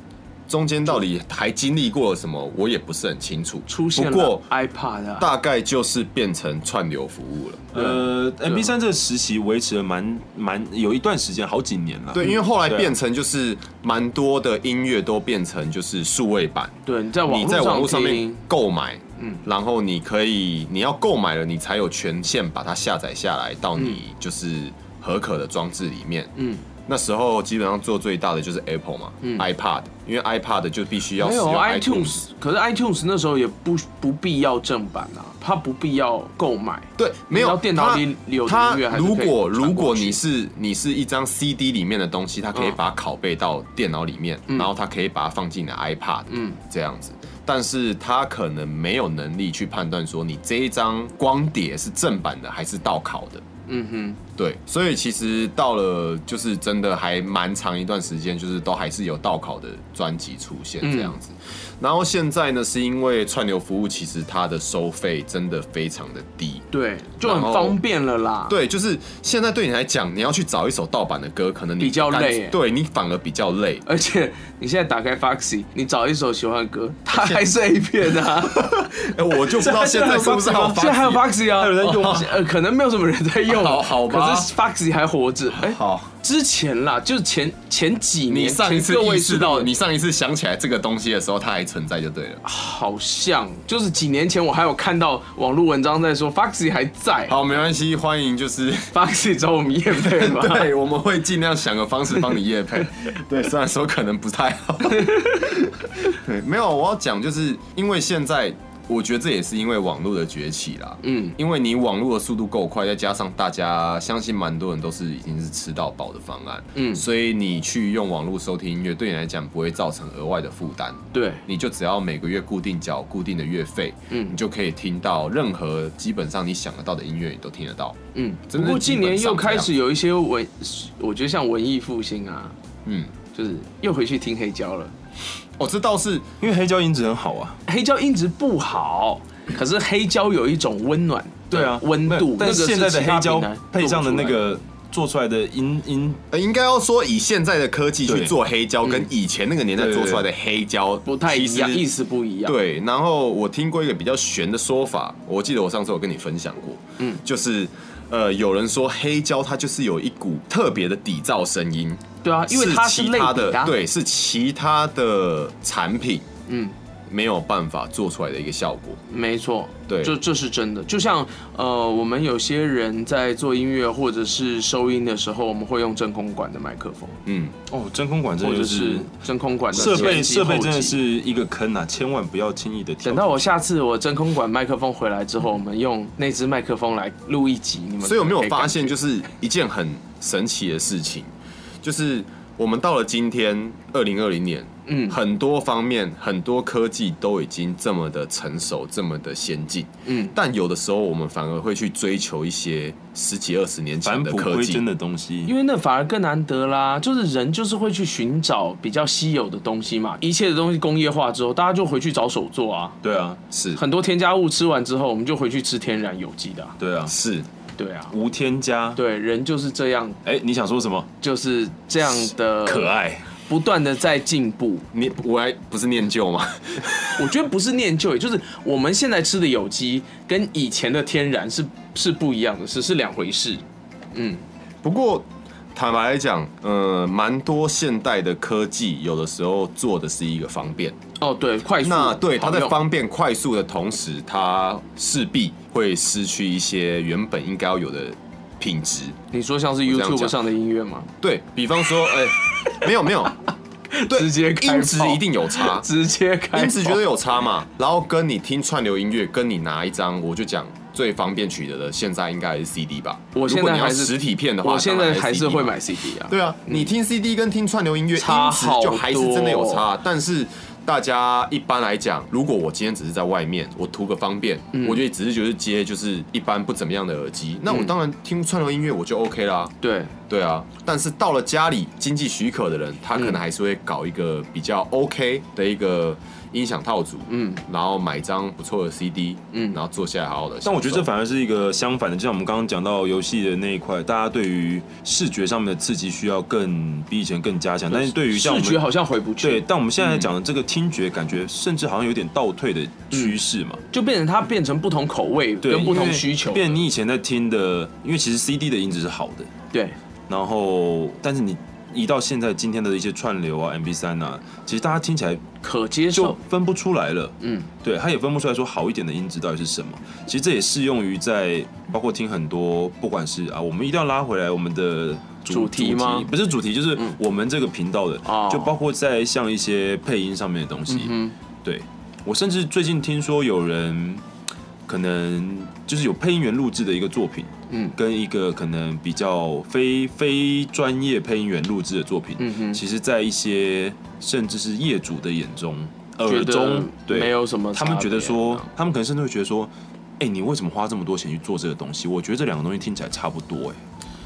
Speaker 3: 中间到底还经历过了什么，我也不是很清楚。
Speaker 5: 出现
Speaker 3: 不
Speaker 5: 了
Speaker 3: 过
Speaker 5: iPad 啊
Speaker 3: 大概就是变成串流服务了。
Speaker 5: 嗯
Speaker 4: 呃，MP
Speaker 5: 啊
Speaker 4: 三这个实习维持了蛮蛮有一段时间，好几年了。
Speaker 3: 对，因为后来
Speaker 4: 对啊
Speaker 3: 变成就是蛮多的音乐都变成就是数位版，
Speaker 5: 对，你在网
Speaker 3: 你在网
Speaker 5: 络
Speaker 3: 络上面
Speaker 5: 听，
Speaker 3: 购买，嗯，然后你可以你要购买了，你才有权限把它下载下来到你就是合可的装置里面。
Speaker 5: 嗯，
Speaker 3: 那时候基本上做最大的就是 Apple 嘛、i p a d 因为 iPad 就必须要
Speaker 5: 没
Speaker 3: 使
Speaker 5: 有
Speaker 3: 用
Speaker 5: iTunes，可是 iTunes 那时候也不不必要正版啊，它不必要购买，
Speaker 3: 对，没
Speaker 5: 到
Speaker 3: 有
Speaker 5: 电脑里
Speaker 3: 它
Speaker 5: 有的
Speaker 3: 它
Speaker 5: 音乐还是可
Speaker 3: 如
Speaker 5: 以
Speaker 3: 果
Speaker 5: 传
Speaker 3: 如
Speaker 5: 过
Speaker 3: 果
Speaker 5: 去
Speaker 3: 你是你是一张 CD 里面的东西，它可以
Speaker 5: 嗯
Speaker 3: 把它拷贝到电脑里面，然后它可以把它放进你的 iPad，
Speaker 5: 嗯
Speaker 3: 嗯，这样子。但是它可能没有能力去判断说你这一张光碟是正版的还是盗拷的。
Speaker 5: 嗯
Speaker 3: 对，所以其实到了就是真的还蛮长一段时间，就是都还是有盗拷的专辑出现
Speaker 5: 嗯
Speaker 3: 这样子。然后现在呢，是因为串流服务其实它的收费真的非常的低，
Speaker 5: 哼，对，就很
Speaker 3: 然后
Speaker 5: 方便了啦。，
Speaker 3: 对，就是现在对你来讲，你要去找一首盗版的歌，可能你
Speaker 5: 比较
Speaker 3: 干
Speaker 5: 累耶
Speaker 3: 对你反而比较累。
Speaker 5: 而且你现在打开 Foxy，你找一首喜欢的歌，它还是 A 片
Speaker 3: *laughs*
Speaker 5: 啊。
Speaker 3: 哎，我就不知道现在是不是还有
Speaker 5: *laughs* 现在还有 Foxy 啊？
Speaker 4: 还有人在用吗
Speaker 5: 呃，可能没有什么人在用，
Speaker 3: *laughs* 好好吧
Speaker 5: 可是 Foxy 还活着。哎，
Speaker 3: 好，
Speaker 5: 之前啦，就是前前几
Speaker 3: 你
Speaker 5: 年，
Speaker 3: 上一
Speaker 5: 前
Speaker 3: 次
Speaker 5: 各位
Speaker 3: 意
Speaker 5: 知
Speaker 3: 识
Speaker 5: 道
Speaker 3: 到，，你上一次想起来这个东西的时候，它还存在就对了。
Speaker 5: 好像就是几年前我还有看到网络文章在说 Foxy 还在
Speaker 3: 好，没关系，欢迎就是。
Speaker 5: ，Foxy 找我们验配吧。
Speaker 3: *laughs* 对，我们会尽量想个方式帮你夜 *laughs* 配。对，虽然说可能不太 *laughs* 好。对，没有，我要讲就是因为现在，我觉得这也是因为网络的崛起啦。
Speaker 5: 嗯
Speaker 3: 嗯，因为你网络的速度够快，再加上大家相信蛮多人都是已经是吃到饱的方案，
Speaker 5: 嗯
Speaker 3: 嗯，所以你去用网络收听音乐，对你来讲不会造成额外的负担。
Speaker 5: 对，
Speaker 3: 你就只要每个月固定缴固定的月费，
Speaker 5: 嗯
Speaker 3: 嗯，你就可以听到任何基本上你想得到的音乐，你都听得到。
Speaker 5: 嗯。
Speaker 3: 真
Speaker 5: 不
Speaker 3: 的
Speaker 5: 过
Speaker 3: 基
Speaker 5: 近
Speaker 3: 本上
Speaker 5: 年又开
Speaker 3: 这
Speaker 5: 始
Speaker 3: 样
Speaker 5: 有一些文，我觉得像文艺复兴啊，
Speaker 3: 嗯，
Speaker 5: 就是又回去听黑胶了。
Speaker 3: 哦，这倒是
Speaker 4: 因为黑胶音质很好啊。
Speaker 5: 黑胶音质不好，可是黑胶有一种温暖，
Speaker 4: 对啊，
Speaker 5: 温度。
Speaker 4: 但
Speaker 5: 那
Speaker 4: 是
Speaker 5: 个
Speaker 4: 现在的
Speaker 5: 其他
Speaker 4: 黑胶
Speaker 5: 平台
Speaker 4: 配上的那
Speaker 5: 做不出来，
Speaker 4: 个做出来的音音，
Speaker 3: 呃，应该要说以现在的科技去
Speaker 4: 对
Speaker 3: 做黑胶，跟以前那个年代做出来的黑胶
Speaker 5: 不太一样，
Speaker 3: 其
Speaker 5: 意
Speaker 3: 实
Speaker 5: 思不一样。，
Speaker 3: 对，然后我听过一个比较悬的说法，我记得我上次有跟你分享过，
Speaker 5: 嗯
Speaker 3: 嗯，就是呃，有人说黑胶它就是有一股特别的底噪声音，
Speaker 5: 对啊，因为它是
Speaker 3: 其
Speaker 5: 类
Speaker 3: 他
Speaker 5: 比
Speaker 3: 的
Speaker 5: 啊，，
Speaker 3: 对，是其他的产品
Speaker 5: 嗯，
Speaker 3: 没有办法做出来的一个效果。
Speaker 5: 没错，
Speaker 3: 对
Speaker 5: 这这是真的。就像呃，我们有些人在做音乐或者是收音的时候，我们会用真空管的麦克风，
Speaker 3: 嗯，
Speaker 4: 哦，真空管真
Speaker 5: 或
Speaker 4: 的
Speaker 5: 者
Speaker 4: 就是是
Speaker 5: 真空管的
Speaker 4: 设备
Speaker 5: 前级
Speaker 4: 设备
Speaker 5: 后
Speaker 4: 真的
Speaker 5: 级
Speaker 4: 是一个坑啊，千万不要轻易的跳。
Speaker 5: 等到我下次我真空管麦克风回来之后，我们用那只麦克风来录一集，你们
Speaker 3: 所以有没有
Speaker 5: 可感
Speaker 3: 发现，就是一件很神奇的事情，就是我们到了今天二零二零年，
Speaker 5: 嗯
Speaker 3: 嗯，很多方面、很多科技都已经这么的成熟、这么的先进，
Speaker 5: 嗯
Speaker 3: 嗯，但有的时候我们反而会去追求一些十几二十年前
Speaker 4: 返
Speaker 3: 的
Speaker 4: 璞
Speaker 3: 科
Speaker 4: 归
Speaker 3: 技
Speaker 4: 真，的东西，
Speaker 5: 因为那反而更难得啦，就是人就是会去寻找比较稀有的东西嘛。一切的东西工业化之后，大家就回去找手做啊。
Speaker 4: 对啊，
Speaker 3: 是
Speaker 5: 很多添加物吃完之后，我们就回去吃天然有机的啊、
Speaker 4: 对啊，
Speaker 3: 是，
Speaker 5: 对啊，
Speaker 4: 无添加。
Speaker 5: 对，人就是这样，
Speaker 4: 哎，你想说什么？
Speaker 5: 就是这样的
Speaker 4: 可，爱，
Speaker 5: 不断的在进步。
Speaker 3: 你我还不是念旧吗？ *laughs*
Speaker 5: 我觉得不是念旧，也就是我们现在吃的有机跟以前的天然是是不一样的，是是两回事。嗯，
Speaker 3: 不过坦白来讲，呃，蛮多现代的科技有的时候做的是一个方便。
Speaker 5: 哦，对，快速，
Speaker 3: 那对，它
Speaker 5: 好
Speaker 3: 在
Speaker 5: 用
Speaker 3: 方便快速的同时，它势必会失去一些原本应该要有的品质。
Speaker 5: 你说像是
Speaker 3: 这样
Speaker 5: YouTube
Speaker 3: 讲
Speaker 5: 上的音乐吗？ *laughs*
Speaker 3: 对比方说，哎、没有没有，对，
Speaker 5: 直接开
Speaker 3: 音质
Speaker 5: 炮
Speaker 3: 一定有差，
Speaker 5: 直接开
Speaker 3: 音质绝对有差嘛。然后跟你听串流音乐，跟你拿一张，我就讲最方便取得的，现在应该还是 CD 吧。
Speaker 5: 我现
Speaker 3: 如果
Speaker 5: 在
Speaker 3: 你要
Speaker 5: 还是
Speaker 3: 实体片的话，
Speaker 5: 我现在
Speaker 3: 当然
Speaker 5: 还是
Speaker 3: 是 CD 嘛
Speaker 5: 会买 CD 啊。
Speaker 3: 对啊，你听 CD 跟听串流音乐
Speaker 5: 差
Speaker 3: 音质
Speaker 5: 好
Speaker 3: 就还是真的有
Speaker 5: 多
Speaker 3: 差，但是大家一般来讲，如果我今天只是在外面，我图个方便，
Speaker 5: 嗯
Speaker 3: 我觉得只是就是接就是一般不怎么样的耳机，那我当然听串流音乐我就 OK 啦。
Speaker 5: 对，
Speaker 3: 对啊，但是到了家里经济许可的人，他可能还是会搞一个比较 OK 的一个音响套组，
Speaker 5: 嗯，
Speaker 3: 然后买一张不错的 CD，
Speaker 5: 嗯
Speaker 3: 嗯，然后坐下来好好的。
Speaker 4: 但我觉得这反而是一个相反的，就像我们刚刚讲到游戏的那一块，大家对于视觉上面的刺激需要更比以前更加强，但是对于像我
Speaker 5: 视
Speaker 4: 们
Speaker 5: 觉好像回不
Speaker 4: 对，
Speaker 5: 去，
Speaker 4: 但我们现在讲的这个听觉，感觉甚至好像有点倒退的趋势嘛。
Speaker 5: 就变成它变成不同口味嗯
Speaker 4: 对，
Speaker 5: 跟不
Speaker 4: 因
Speaker 5: 同
Speaker 4: 为
Speaker 5: 需求。
Speaker 4: 变你以前在听的，因为其实 CD 的音质是好的，
Speaker 5: 对，
Speaker 4: 然后但是你移到现在今天的一些串流啊、MP 三啊，其实大家听起来
Speaker 5: 可接
Speaker 4: 就
Speaker 5: 受。
Speaker 4: 分不出来了。
Speaker 5: 嗯，
Speaker 4: 对，他也分不出来说好一点的音质到底是什么。其实这也适用于在包括听很多，不管是啊，我们一定要拉回来我们的
Speaker 5: 主题吗嗯
Speaker 4: 不是主题，就是我们这个频道的，
Speaker 5: 哦
Speaker 4: 就包括在像一些配音上面的东西。
Speaker 5: 嗯
Speaker 4: 对我甚至最近听说有人可能就是有配音员录制的一个作品，
Speaker 5: 嗯
Speaker 4: 跟一个可能比较非非专业配音员录制的作品，
Speaker 5: 嗯哼
Speaker 4: 其实，在一觉得一些甚至是业主的眼中、
Speaker 5: 觉
Speaker 4: 耳
Speaker 5: 得
Speaker 4: 中，对，
Speaker 5: 没有什么差
Speaker 4: 他
Speaker 5: 别啊，
Speaker 4: 们觉得说，他们可能甚至会觉得说，哎、你为什么花这么多钱去做这个东西？我觉得这两个东西听起来差不多、哎，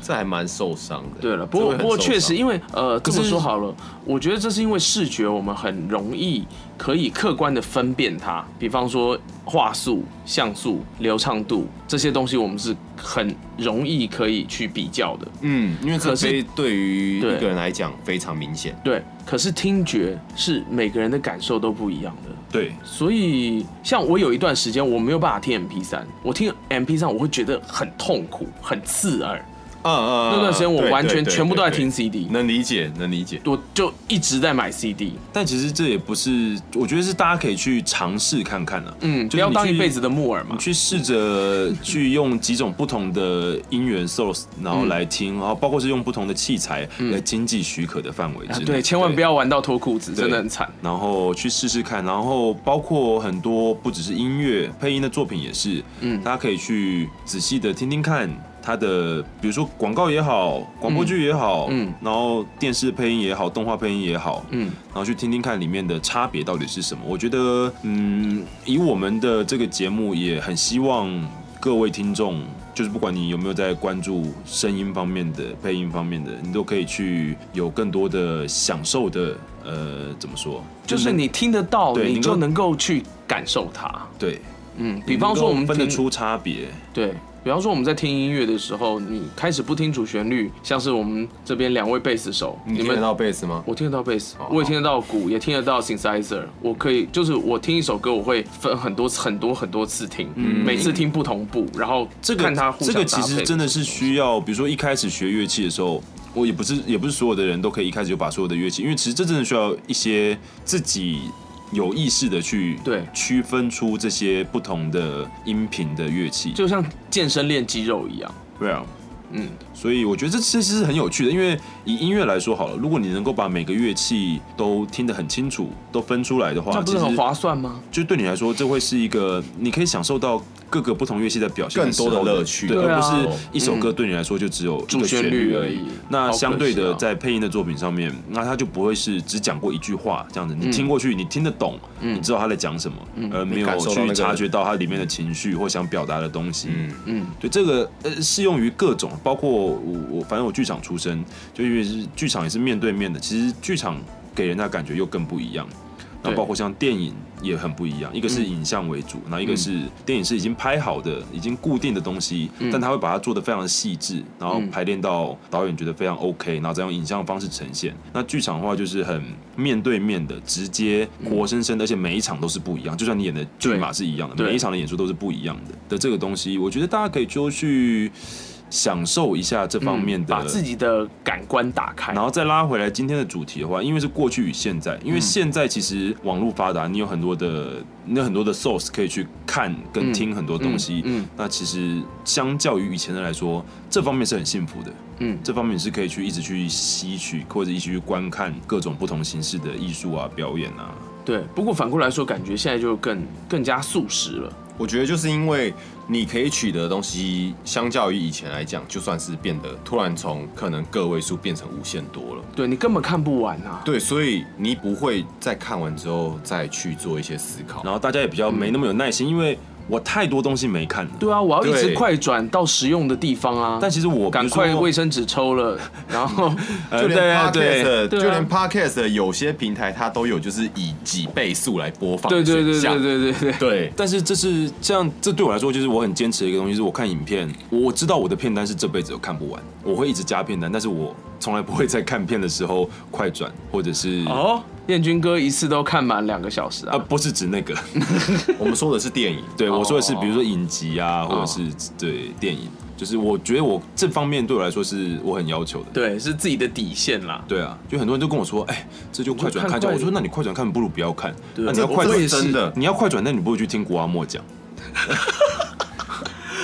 Speaker 3: 这还蛮受伤的。
Speaker 5: 对了，不过
Speaker 3: 这会很
Speaker 5: 不过
Speaker 3: 受
Speaker 5: 确
Speaker 3: 伤
Speaker 5: 实，因为呃，这
Speaker 4: 是
Speaker 5: 么说好了，我觉得这是因为视觉我们很容易可以客观的分辨它，比方说画素、像素、流畅度这些东西，我们是很容易可以去比较的。
Speaker 3: 嗯，因为这
Speaker 5: 可是
Speaker 3: 非对于一
Speaker 5: 对
Speaker 3: 个人来讲非常明显。
Speaker 5: 对，可是听觉是每个人的感受都不一样的，
Speaker 4: 对，
Speaker 5: 所以像我有一段时间我没有办法听 MP 三，我听 MP 三我会觉得很痛苦、很刺耳。
Speaker 3: 嗯嗯，
Speaker 5: 那段时间我
Speaker 3: 对
Speaker 5: 完全
Speaker 3: 对对
Speaker 5: 全部都在
Speaker 3: 对
Speaker 5: 听
Speaker 3: 对
Speaker 5: CD，
Speaker 3: 能理解，能理解。
Speaker 5: 我就一直在买 CD。
Speaker 4: 但其实这也不是，我觉得是大家可以去尝试看看啊。
Speaker 5: 嗯，
Speaker 4: 就是
Speaker 5: 不要
Speaker 4: 你
Speaker 5: 当一
Speaker 4: 去
Speaker 5: 辈子的木耳嘛
Speaker 4: 你。去试着去用几种不同的音源 source，然后来
Speaker 5: 嗯
Speaker 4: 听，然后包括是用不同的器材来经济许可的范围之内、
Speaker 5: 啊对，千万不要玩到脱裤子，
Speaker 4: 对
Speaker 5: 真的很惨。
Speaker 4: 然后去试试看，然后包括很多不只是音乐配音的作品也是，嗯，大家可以去仔细的听听看它的，比如说广告也好，广播剧也好，
Speaker 5: 嗯嗯
Speaker 4: 然后电视配音也好，动画配音也好，
Speaker 5: 嗯，
Speaker 4: 然后去听听看里面的差别到底是什么。我觉得，嗯，以我们的这个节目也很希望各位听众。就是不管你有没有在关注声音方面的、配音方面的，你都可以去有更多的享受的，呃，怎么说？
Speaker 5: 就是
Speaker 4: 能
Speaker 5: 你听得到，
Speaker 4: 对
Speaker 5: 你
Speaker 4: 你
Speaker 5: 就
Speaker 4: 够
Speaker 5: 能够去感受它。
Speaker 4: 对，
Speaker 5: 嗯，比方说我们
Speaker 4: 能够分得
Speaker 5: 听
Speaker 4: 出差别，
Speaker 5: 对，比方说我们在听音乐的时候，你开始不听主旋律，像是我们这边两位贝斯手，
Speaker 3: 你听得到贝斯吗？
Speaker 5: 我听得到贝斯，
Speaker 4: 哦
Speaker 5: 我也听得到鼓，也听得到 synthesizer。我可以，就是我听一首歌，我会分很多很多很多次听，
Speaker 4: 嗯
Speaker 5: 每次听不同步，然后
Speaker 4: 这个
Speaker 5: 看它互
Speaker 4: 这
Speaker 5: 相
Speaker 4: 个其
Speaker 5: 搭
Speaker 4: 实
Speaker 5: 配
Speaker 4: 真的是需要，比如说一开始学乐器的时候，我也不是也不是所有的人都可以一开始就把所有的乐器，因为其实这真的需要一些自己有意识的去
Speaker 5: 对
Speaker 4: 区分出这些不同的音频的乐器，
Speaker 5: 就像健身练肌肉一样。
Speaker 4: 对啊。
Speaker 5: 嗯，
Speaker 4: 所以我觉得这其实是很有趣的，因为以音乐来说好了，如果你能够把每个乐器都听得很清楚，都分出来的话，
Speaker 5: 那不是
Speaker 4: 其
Speaker 5: 很
Speaker 4: 实
Speaker 5: 划算吗？
Speaker 4: 就对你来说，这会是一个你可以享受到各个不同乐器在表现
Speaker 3: 更多的
Speaker 4: 时候
Speaker 3: 乐趣
Speaker 4: 对，
Speaker 5: 对
Speaker 4: 而
Speaker 5: 啊嗯
Speaker 4: 不是一首歌对你来说就只有一
Speaker 5: 主
Speaker 4: 个
Speaker 5: 旋
Speaker 4: 旋
Speaker 5: 律
Speaker 4: 律
Speaker 5: 而
Speaker 4: 而
Speaker 5: 已
Speaker 4: 已
Speaker 5: 好。
Speaker 4: 那
Speaker 5: 可
Speaker 4: 相对
Speaker 5: 惜
Speaker 4: 的
Speaker 5: 啊，
Speaker 4: 在配音的作品上面，那它就不会是只讲过一句话这样
Speaker 5: 嗯
Speaker 4: 子，你听过去，你听得懂，你知道他在讲什么，而没
Speaker 3: 你
Speaker 4: 有
Speaker 3: 感受到那
Speaker 4: 去
Speaker 3: 个
Speaker 4: 察觉到它里面的情绪或想表达的东西。
Speaker 3: 嗯
Speaker 5: 嗯，
Speaker 4: 对，这个呃适用于各种，包括我我反正我剧场出身，就因为是剧场也是面对面的，其实剧场给人家感觉又更不一样。那
Speaker 5: 对
Speaker 4: 包括像电影也很不一样，一个是影像为主，那、一个是电影是已经拍好的、已经固定的东西，但他会把它做的非常细致，然后排练到导演觉得非常 OK，然后再用影像的方式呈现。那剧场的话就是很面对面的，直接活生生的，而且每一场都是不一样，就算你演的剧
Speaker 5: 对
Speaker 4: 码是一样的，
Speaker 5: 对
Speaker 4: 每一场的演出都是不一样的的这个东西，我觉得大家可以就去享受一下这方面的，
Speaker 5: 嗯把自己的感官打开，
Speaker 4: 然后再拉回来今天的主题的话，因为是过去与现在，
Speaker 5: 嗯
Speaker 4: 因为现在其实网络发达，你有很多的，你有很多的 source 可以去看跟听很多东西。
Speaker 5: 嗯嗯
Speaker 4: 那其实相较于以前的来说，这方面是很幸福的。
Speaker 5: 嗯
Speaker 4: 这方面是可以去一直去吸取，或者一直去观看各种不同形式的艺术啊、表演啊。
Speaker 5: 对。不过反过来说，感觉现在就更更加速食了。
Speaker 3: 我觉得就是因为你可以取得的东西，相较于以前来讲，就算是变得突然从可能个位数变成无限多了。
Speaker 5: 对你根本看不完啊。
Speaker 3: 对，所以你不会在看完之后再去做一些思考。
Speaker 4: 然后大家也比较没那么有耐心，因为我太多东西没看了。
Speaker 5: 对啊，我要一直
Speaker 3: 对
Speaker 5: 快转到实用的地方啊。
Speaker 4: 但其实我比
Speaker 5: 赶
Speaker 4: 如说
Speaker 5: 快卫生纸抽了，然
Speaker 4: *laughs*
Speaker 5: 后
Speaker 4: 呃
Speaker 3: 就连 podcast，
Speaker 4: 对对
Speaker 5: 对啊
Speaker 3: 就连 podcast 的有些平台它都有，就是以几倍速来播放
Speaker 5: 对
Speaker 3: 的选
Speaker 5: 对对
Speaker 3: 项。
Speaker 5: 对对对对，
Speaker 3: 对
Speaker 4: 但是这是这样，这对我来说就是我很坚持的一个东西，是我看影片，我知道我的片单是这辈子都看不完，我会一直加片单，但是我从来不会在看片的时候快转，或者
Speaker 3: 嗯
Speaker 4: 是啊、
Speaker 5: 哦，燕军哥一次都看满两个小时啊。
Speaker 4: 不是指那个，
Speaker 3: 我们说的是电影。
Speaker 4: 对我说的是
Speaker 5: 哦
Speaker 4: 比如说影集啊，或者是对电影，就是我觉得我这方面对我来说是我很要求的。
Speaker 5: 对，是自己的底线啦。
Speaker 4: 对啊，就很多人都跟我说，哎、这就快转
Speaker 5: 就看
Speaker 4: 看一下。
Speaker 5: 快
Speaker 4: 我说，那你快转看不如不要看。
Speaker 5: 对
Speaker 4: 那你要
Speaker 3: 这
Speaker 4: 快
Speaker 3: 这
Speaker 4: 转
Speaker 3: 是真的
Speaker 4: 你要快转，那你不如去听古阿莫讲。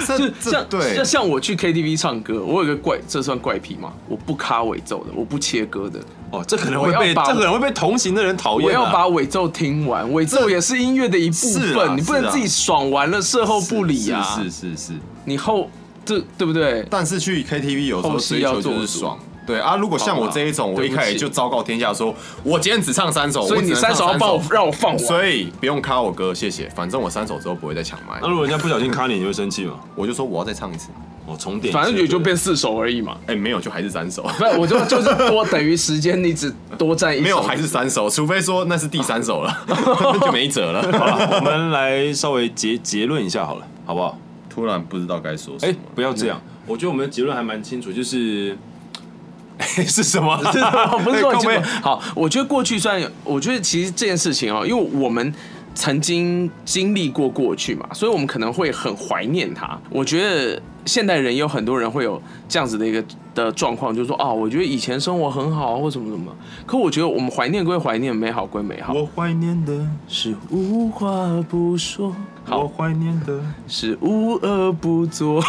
Speaker 3: 这
Speaker 5: 就像
Speaker 3: 对
Speaker 5: 就，像我去 KTV 唱歌，我有个怪，这算怪癖吗？我不卡尾奏的，我不切歌的，
Speaker 4: 哦，这可能
Speaker 5: 我
Speaker 4: 会
Speaker 5: 要
Speaker 4: 被
Speaker 5: 把
Speaker 4: 这可能会被同行的人讨
Speaker 5: 我
Speaker 4: 厌、啊。
Speaker 5: 要把尾奏听完。尾奏也是音乐的一部
Speaker 3: 是
Speaker 5: 分，
Speaker 3: 啊
Speaker 5: 你不能
Speaker 3: 是啊
Speaker 5: 自己爽完了事后不理啊。
Speaker 3: 是是是是。
Speaker 5: 你后这对不对？
Speaker 3: 但是去 KTV 有时
Speaker 5: 后
Speaker 3: 候
Speaker 5: 期
Speaker 3: 追
Speaker 5: 要
Speaker 3: 求
Speaker 5: 做
Speaker 3: 就是
Speaker 5: 足
Speaker 3: 爽。对啊，如果像
Speaker 5: 好
Speaker 3: 我
Speaker 5: 啦
Speaker 3: 这一种，我
Speaker 5: 对
Speaker 3: 一
Speaker 5: 不
Speaker 3: 开始
Speaker 5: 起
Speaker 3: 就昭告天下说，我今天只唱三首，
Speaker 5: 所以
Speaker 3: 我只
Speaker 5: 你
Speaker 3: 能
Speaker 5: 三
Speaker 3: 唱
Speaker 5: 首要帮我让我放完。
Speaker 3: 所以不用卡我歌，谢谢。反正我三首之后不会再抢
Speaker 5: 啊
Speaker 3: 麦
Speaker 4: 那，如果人家不小心卡你，你会生气吗？
Speaker 3: 我就说我要再唱一次。
Speaker 4: 哦，重点一次，
Speaker 5: 反正也就
Speaker 4: 对
Speaker 5: 变四首而已嘛。
Speaker 3: 哎、没有，就还是三首，
Speaker 5: 不是，我就就是多等于时间，你只多占一首。
Speaker 3: *laughs* 没有还是三首，除非说那是第三
Speaker 5: *laughs*
Speaker 3: 首了，那就没辙了。
Speaker 4: 好我们来稍微结结论一下好了，好不好？
Speaker 3: 突然不知道该说什
Speaker 4: 哎、
Speaker 3: 么。
Speaker 4: 不要这样，我觉得我们的结论还蛮清楚，就是。 *laughs* 是什么？
Speaker 5: *laughs* 不是说你
Speaker 4: 靠背
Speaker 5: 这个好，我觉得过去算，我觉得其实这件事情哦，因为我们曾经经历过过去嘛，所以我们可能会很怀念它。我觉得现代人有很多人会有这样子的一个的状况，就是说啊、我觉得以前生活很好啊，或什么什么。可我觉得我们怀念归怀念，美好归美好，
Speaker 4: 我怀念的，
Speaker 5: 是无话不说，
Speaker 4: 我
Speaker 5: 好
Speaker 4: 怀念的。
Speaker 5: 是无恶不作。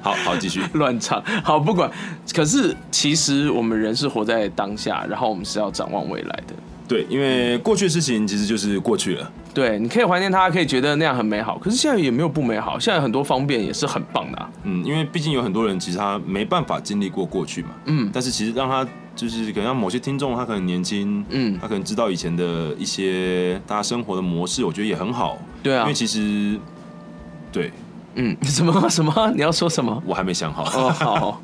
Speaker 4: 好好继续。
Speaker 5: *laughs* 乱唱。好，不管。可是其实我们人是活在当下，然后我们是要展望未来的。
Speaker 4: 对，因为过去的事情其实就是过去了。
Speaker 5: 对，你可以怀念它，可以觉得那样很美好。可是现在也没有不美好，现在很多方便也是很棒的、啊。
Speaker 4: 嗯，因为毕竟有很多人其实他没办法经历过过去嘛。
Speaker 5: 嗯
Speaker 4: 但是其实让他就是可能让某些听众他可能年轻，
Speaker 5: 嗯
Speaker 4: 他可能知道以前的一些大家生活的模式，我觉得也很好。
Speaker 5: 对啊
Speaker 4: 因为其实对
Speaker 5: 嗯，什么什么？ *laughs* 你要说什么？
Speaker 4: 我还没想好。
Speaker 5: 哦，好。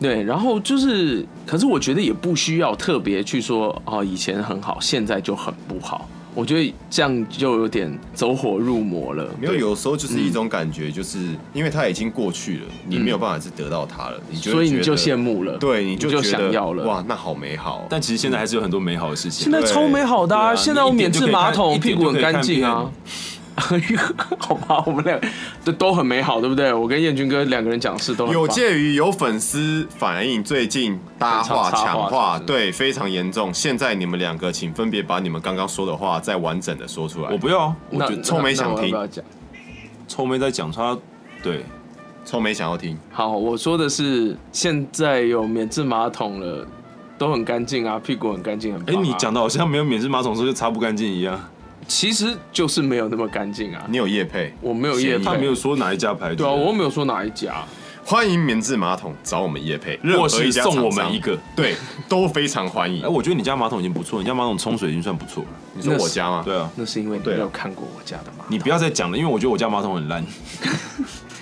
Speaker 5: 对，然后就是，可是我觉得也不需要特别去说哦，以前很好，现在就很不好。我觉得这样就有点走火入魔了。
Speaker 3: 没有，有时候就是一
Speaker 5: 嗯
Speaker 3: 种感觉，就是、因为它已经过去了，你没有办法去得到它了，你就会
Speaker 5: 所以你
Speaker 3: 觉
Speaker 5: 就
Speaker 3: 得
Speaker 5: 羡，慕了，
Speaker 3: 对，你
Speaker 5: 就
Speaker 3: 就觉得
Speaker 5: 想要了。
Speaker 3: 哇，那好美好。哦
Speaker 4: *laughs* 但其实现在还是有很多美好的事情。
Speaker 5: 现在超美好的、啊，
Speaker 4: 对啊
Speaker 5: 现在有免治马桶，
Speaker 4: 你一
Speaker 5: 屁
Speaker 4: 点
Speaker 5: 股
Speaker 4: 就可
Speaker 5: 很
Speaker 4: 以看
Speaker 5: 干净啊。 *laughs* 好吧，我们俩这都很美好，对不对？我跟彦军哥两个人讲事都很棒
Speaker 3: 有鉴于有粉丝反映最近搭话
Speaker 5: 非常插话
Speaker 3: 抢话，
Speaker 5: 是不是
Speaker 3: 对，非常严重。现在你们两个请分别把你们刚刚说的话再完整的说出来。
Speaker 4: 我不要，我
Speaker 5: 那
Speaker 4: 觉
Speaker 5: 那
Speaker 4: 得
Speaker 3: 臭美想
Speaker 5: 那我要
Speaker 3: 听
Speaker 5: 不要讲？
Speaker 4: 臭妹在讲她，对，
Speaker 3: 臭美想要听，
Speaker 5: 好，我说的是现在有免治马桶了，都很干净啊，屁股很干净，很
Speaker 4: 哎、
Speaker 5: 棒啊
Speaker 4: 你讲的好像没有免治马桶的时候就擦不干净一样。
Speaker 5: 其实就是没有那么干净啊。
Speaker 3: 你有叶配，
Speaker 5: 我没有业
Speaker 4: 他
Speaker 5: 配，
Speaker 4: 没有说哪一家牌子，
Speaker 5: 对啊，我又没有说哪一家。
Speaker 3: 欢迎免治马桶找我们叶配，任
Speaker 4: 或
Speaker 3: 何
Speaker 4: 是
Speaker 3: 一家厂商
Speaker 4: 送我们一个，
Speaker 3: 对，都非常欢迎
Speaker 4: *laughs* 哎、。我觉得你家马桶已经不错，你家马桶冲水已经算不错了。
Speaker 3: 你说我家吗？
Speaker 4: 对啊，
Speaker 5: 那是因为你没
Speaker 3: 对啊
Speaker 5: 有看过我家的嘛。
Speaker 4: 你不要再讲了，因为我觉得我家马桶很烂。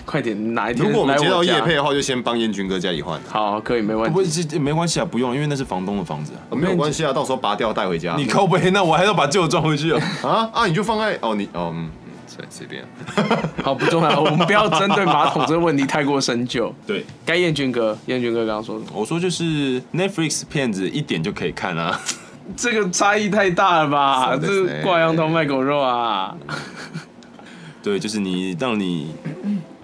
Speaker 5: 快点哪一天
Speaker 3: 如果我们
Speaker 5: 来
Speaker 3: 接到
Speaker 5: 我
Speaker 3: 叶
Speaker 5: 家
Speaker 3: 配？的话，就先帮燕军哥家里换，
Speaker 5: 好，可以，没问
Speaker 4: *laughs* 不
Speaker 5: 题。
Speaker 4: 是没关系啊，不用，因为那是房东的房子、啊。 *laughs*
Speaker 3: 呃没有关系啊，到时候拔掉带回家。
Speaker 4: 你靠背，那我还要把旧装回
Speaker 5: *laughs*
Speaker 4: 去啊。
Speaker 3: 啊啊，你就放在哦，你哦，嗯，嗯随随便。
Speaker 5: 好，不重要，我们不要针对马桶这个问题太过深 *laughs* 究。
Speaker 4: 对，
Speaker 5: 该燕军哥，燕军哥刚刚说什么？
Speaker 4: 我说就是 Netflix 片子一点就可以看啊。 *laughs*
Speaker 5: 这个差异太大了吧？
Speaker 3: そうです
Speaker 5: 这
Speaker 3: ね
Speaker 5: 挂羊头卖狗肉啊！
Speaker 4: 对，就是你让你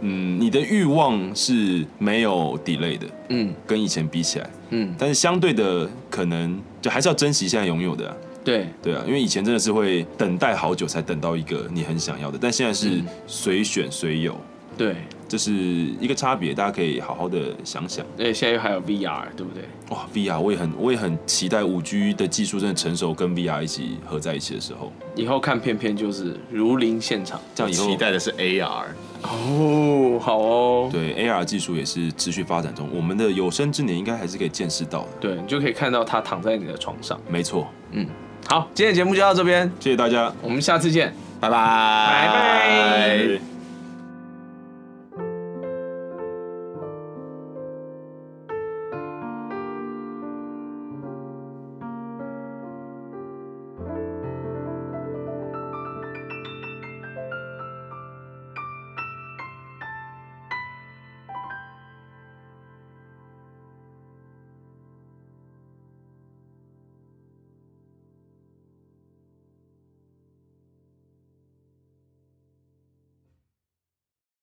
Speaker 4: 嗯，你的欲望是没有 delay 的，
Speaker 5: 嗯
Speaker 4: 跟以前比起来，
Speaker 5: 嗯，
Speaker 4: 但是相对的，可能就还是要珍惜现在拥有的、啊。
Speaker 5: 对，
Speaker 4: 对啊，因为以前真的是会等待好久才等到一个你很想要的，但现在是
Speaker 5: 嗯
Speaker 4: 随选随有，
Speaker 5: 对，
Speaker 4: 这是一个差别，大家可以好好的想想。
Speaker 5: 而且哎现在又还有 VR，对不对？
Speaker 4: 哇，VR 我也很我也很期待五 G 的技术真的成熟，跟 VR 一起合在一起的时候，
Speaker 5: 以后看片片就是如临现场。
Speaker 4: 这样以后
Speaker 3: 期待的是 AR，
Speaker 5: 哦，好哦，
Speaker 4: 对 AR 技术也是持续发展中，我们的有生之年应该还是可以见识到的。
Speaker 5: 对，你就可以看到他躺在你的床上。
Speaker 4: 没错，
Speaker 5: 好，今天的节目就到这边，
Speaker 4: 谢谢大家。
Speaker 5: 我们下次见。
Speaker 3: 拜拜，
Speaker 5: 拜拜
Speaker 4: 拜拜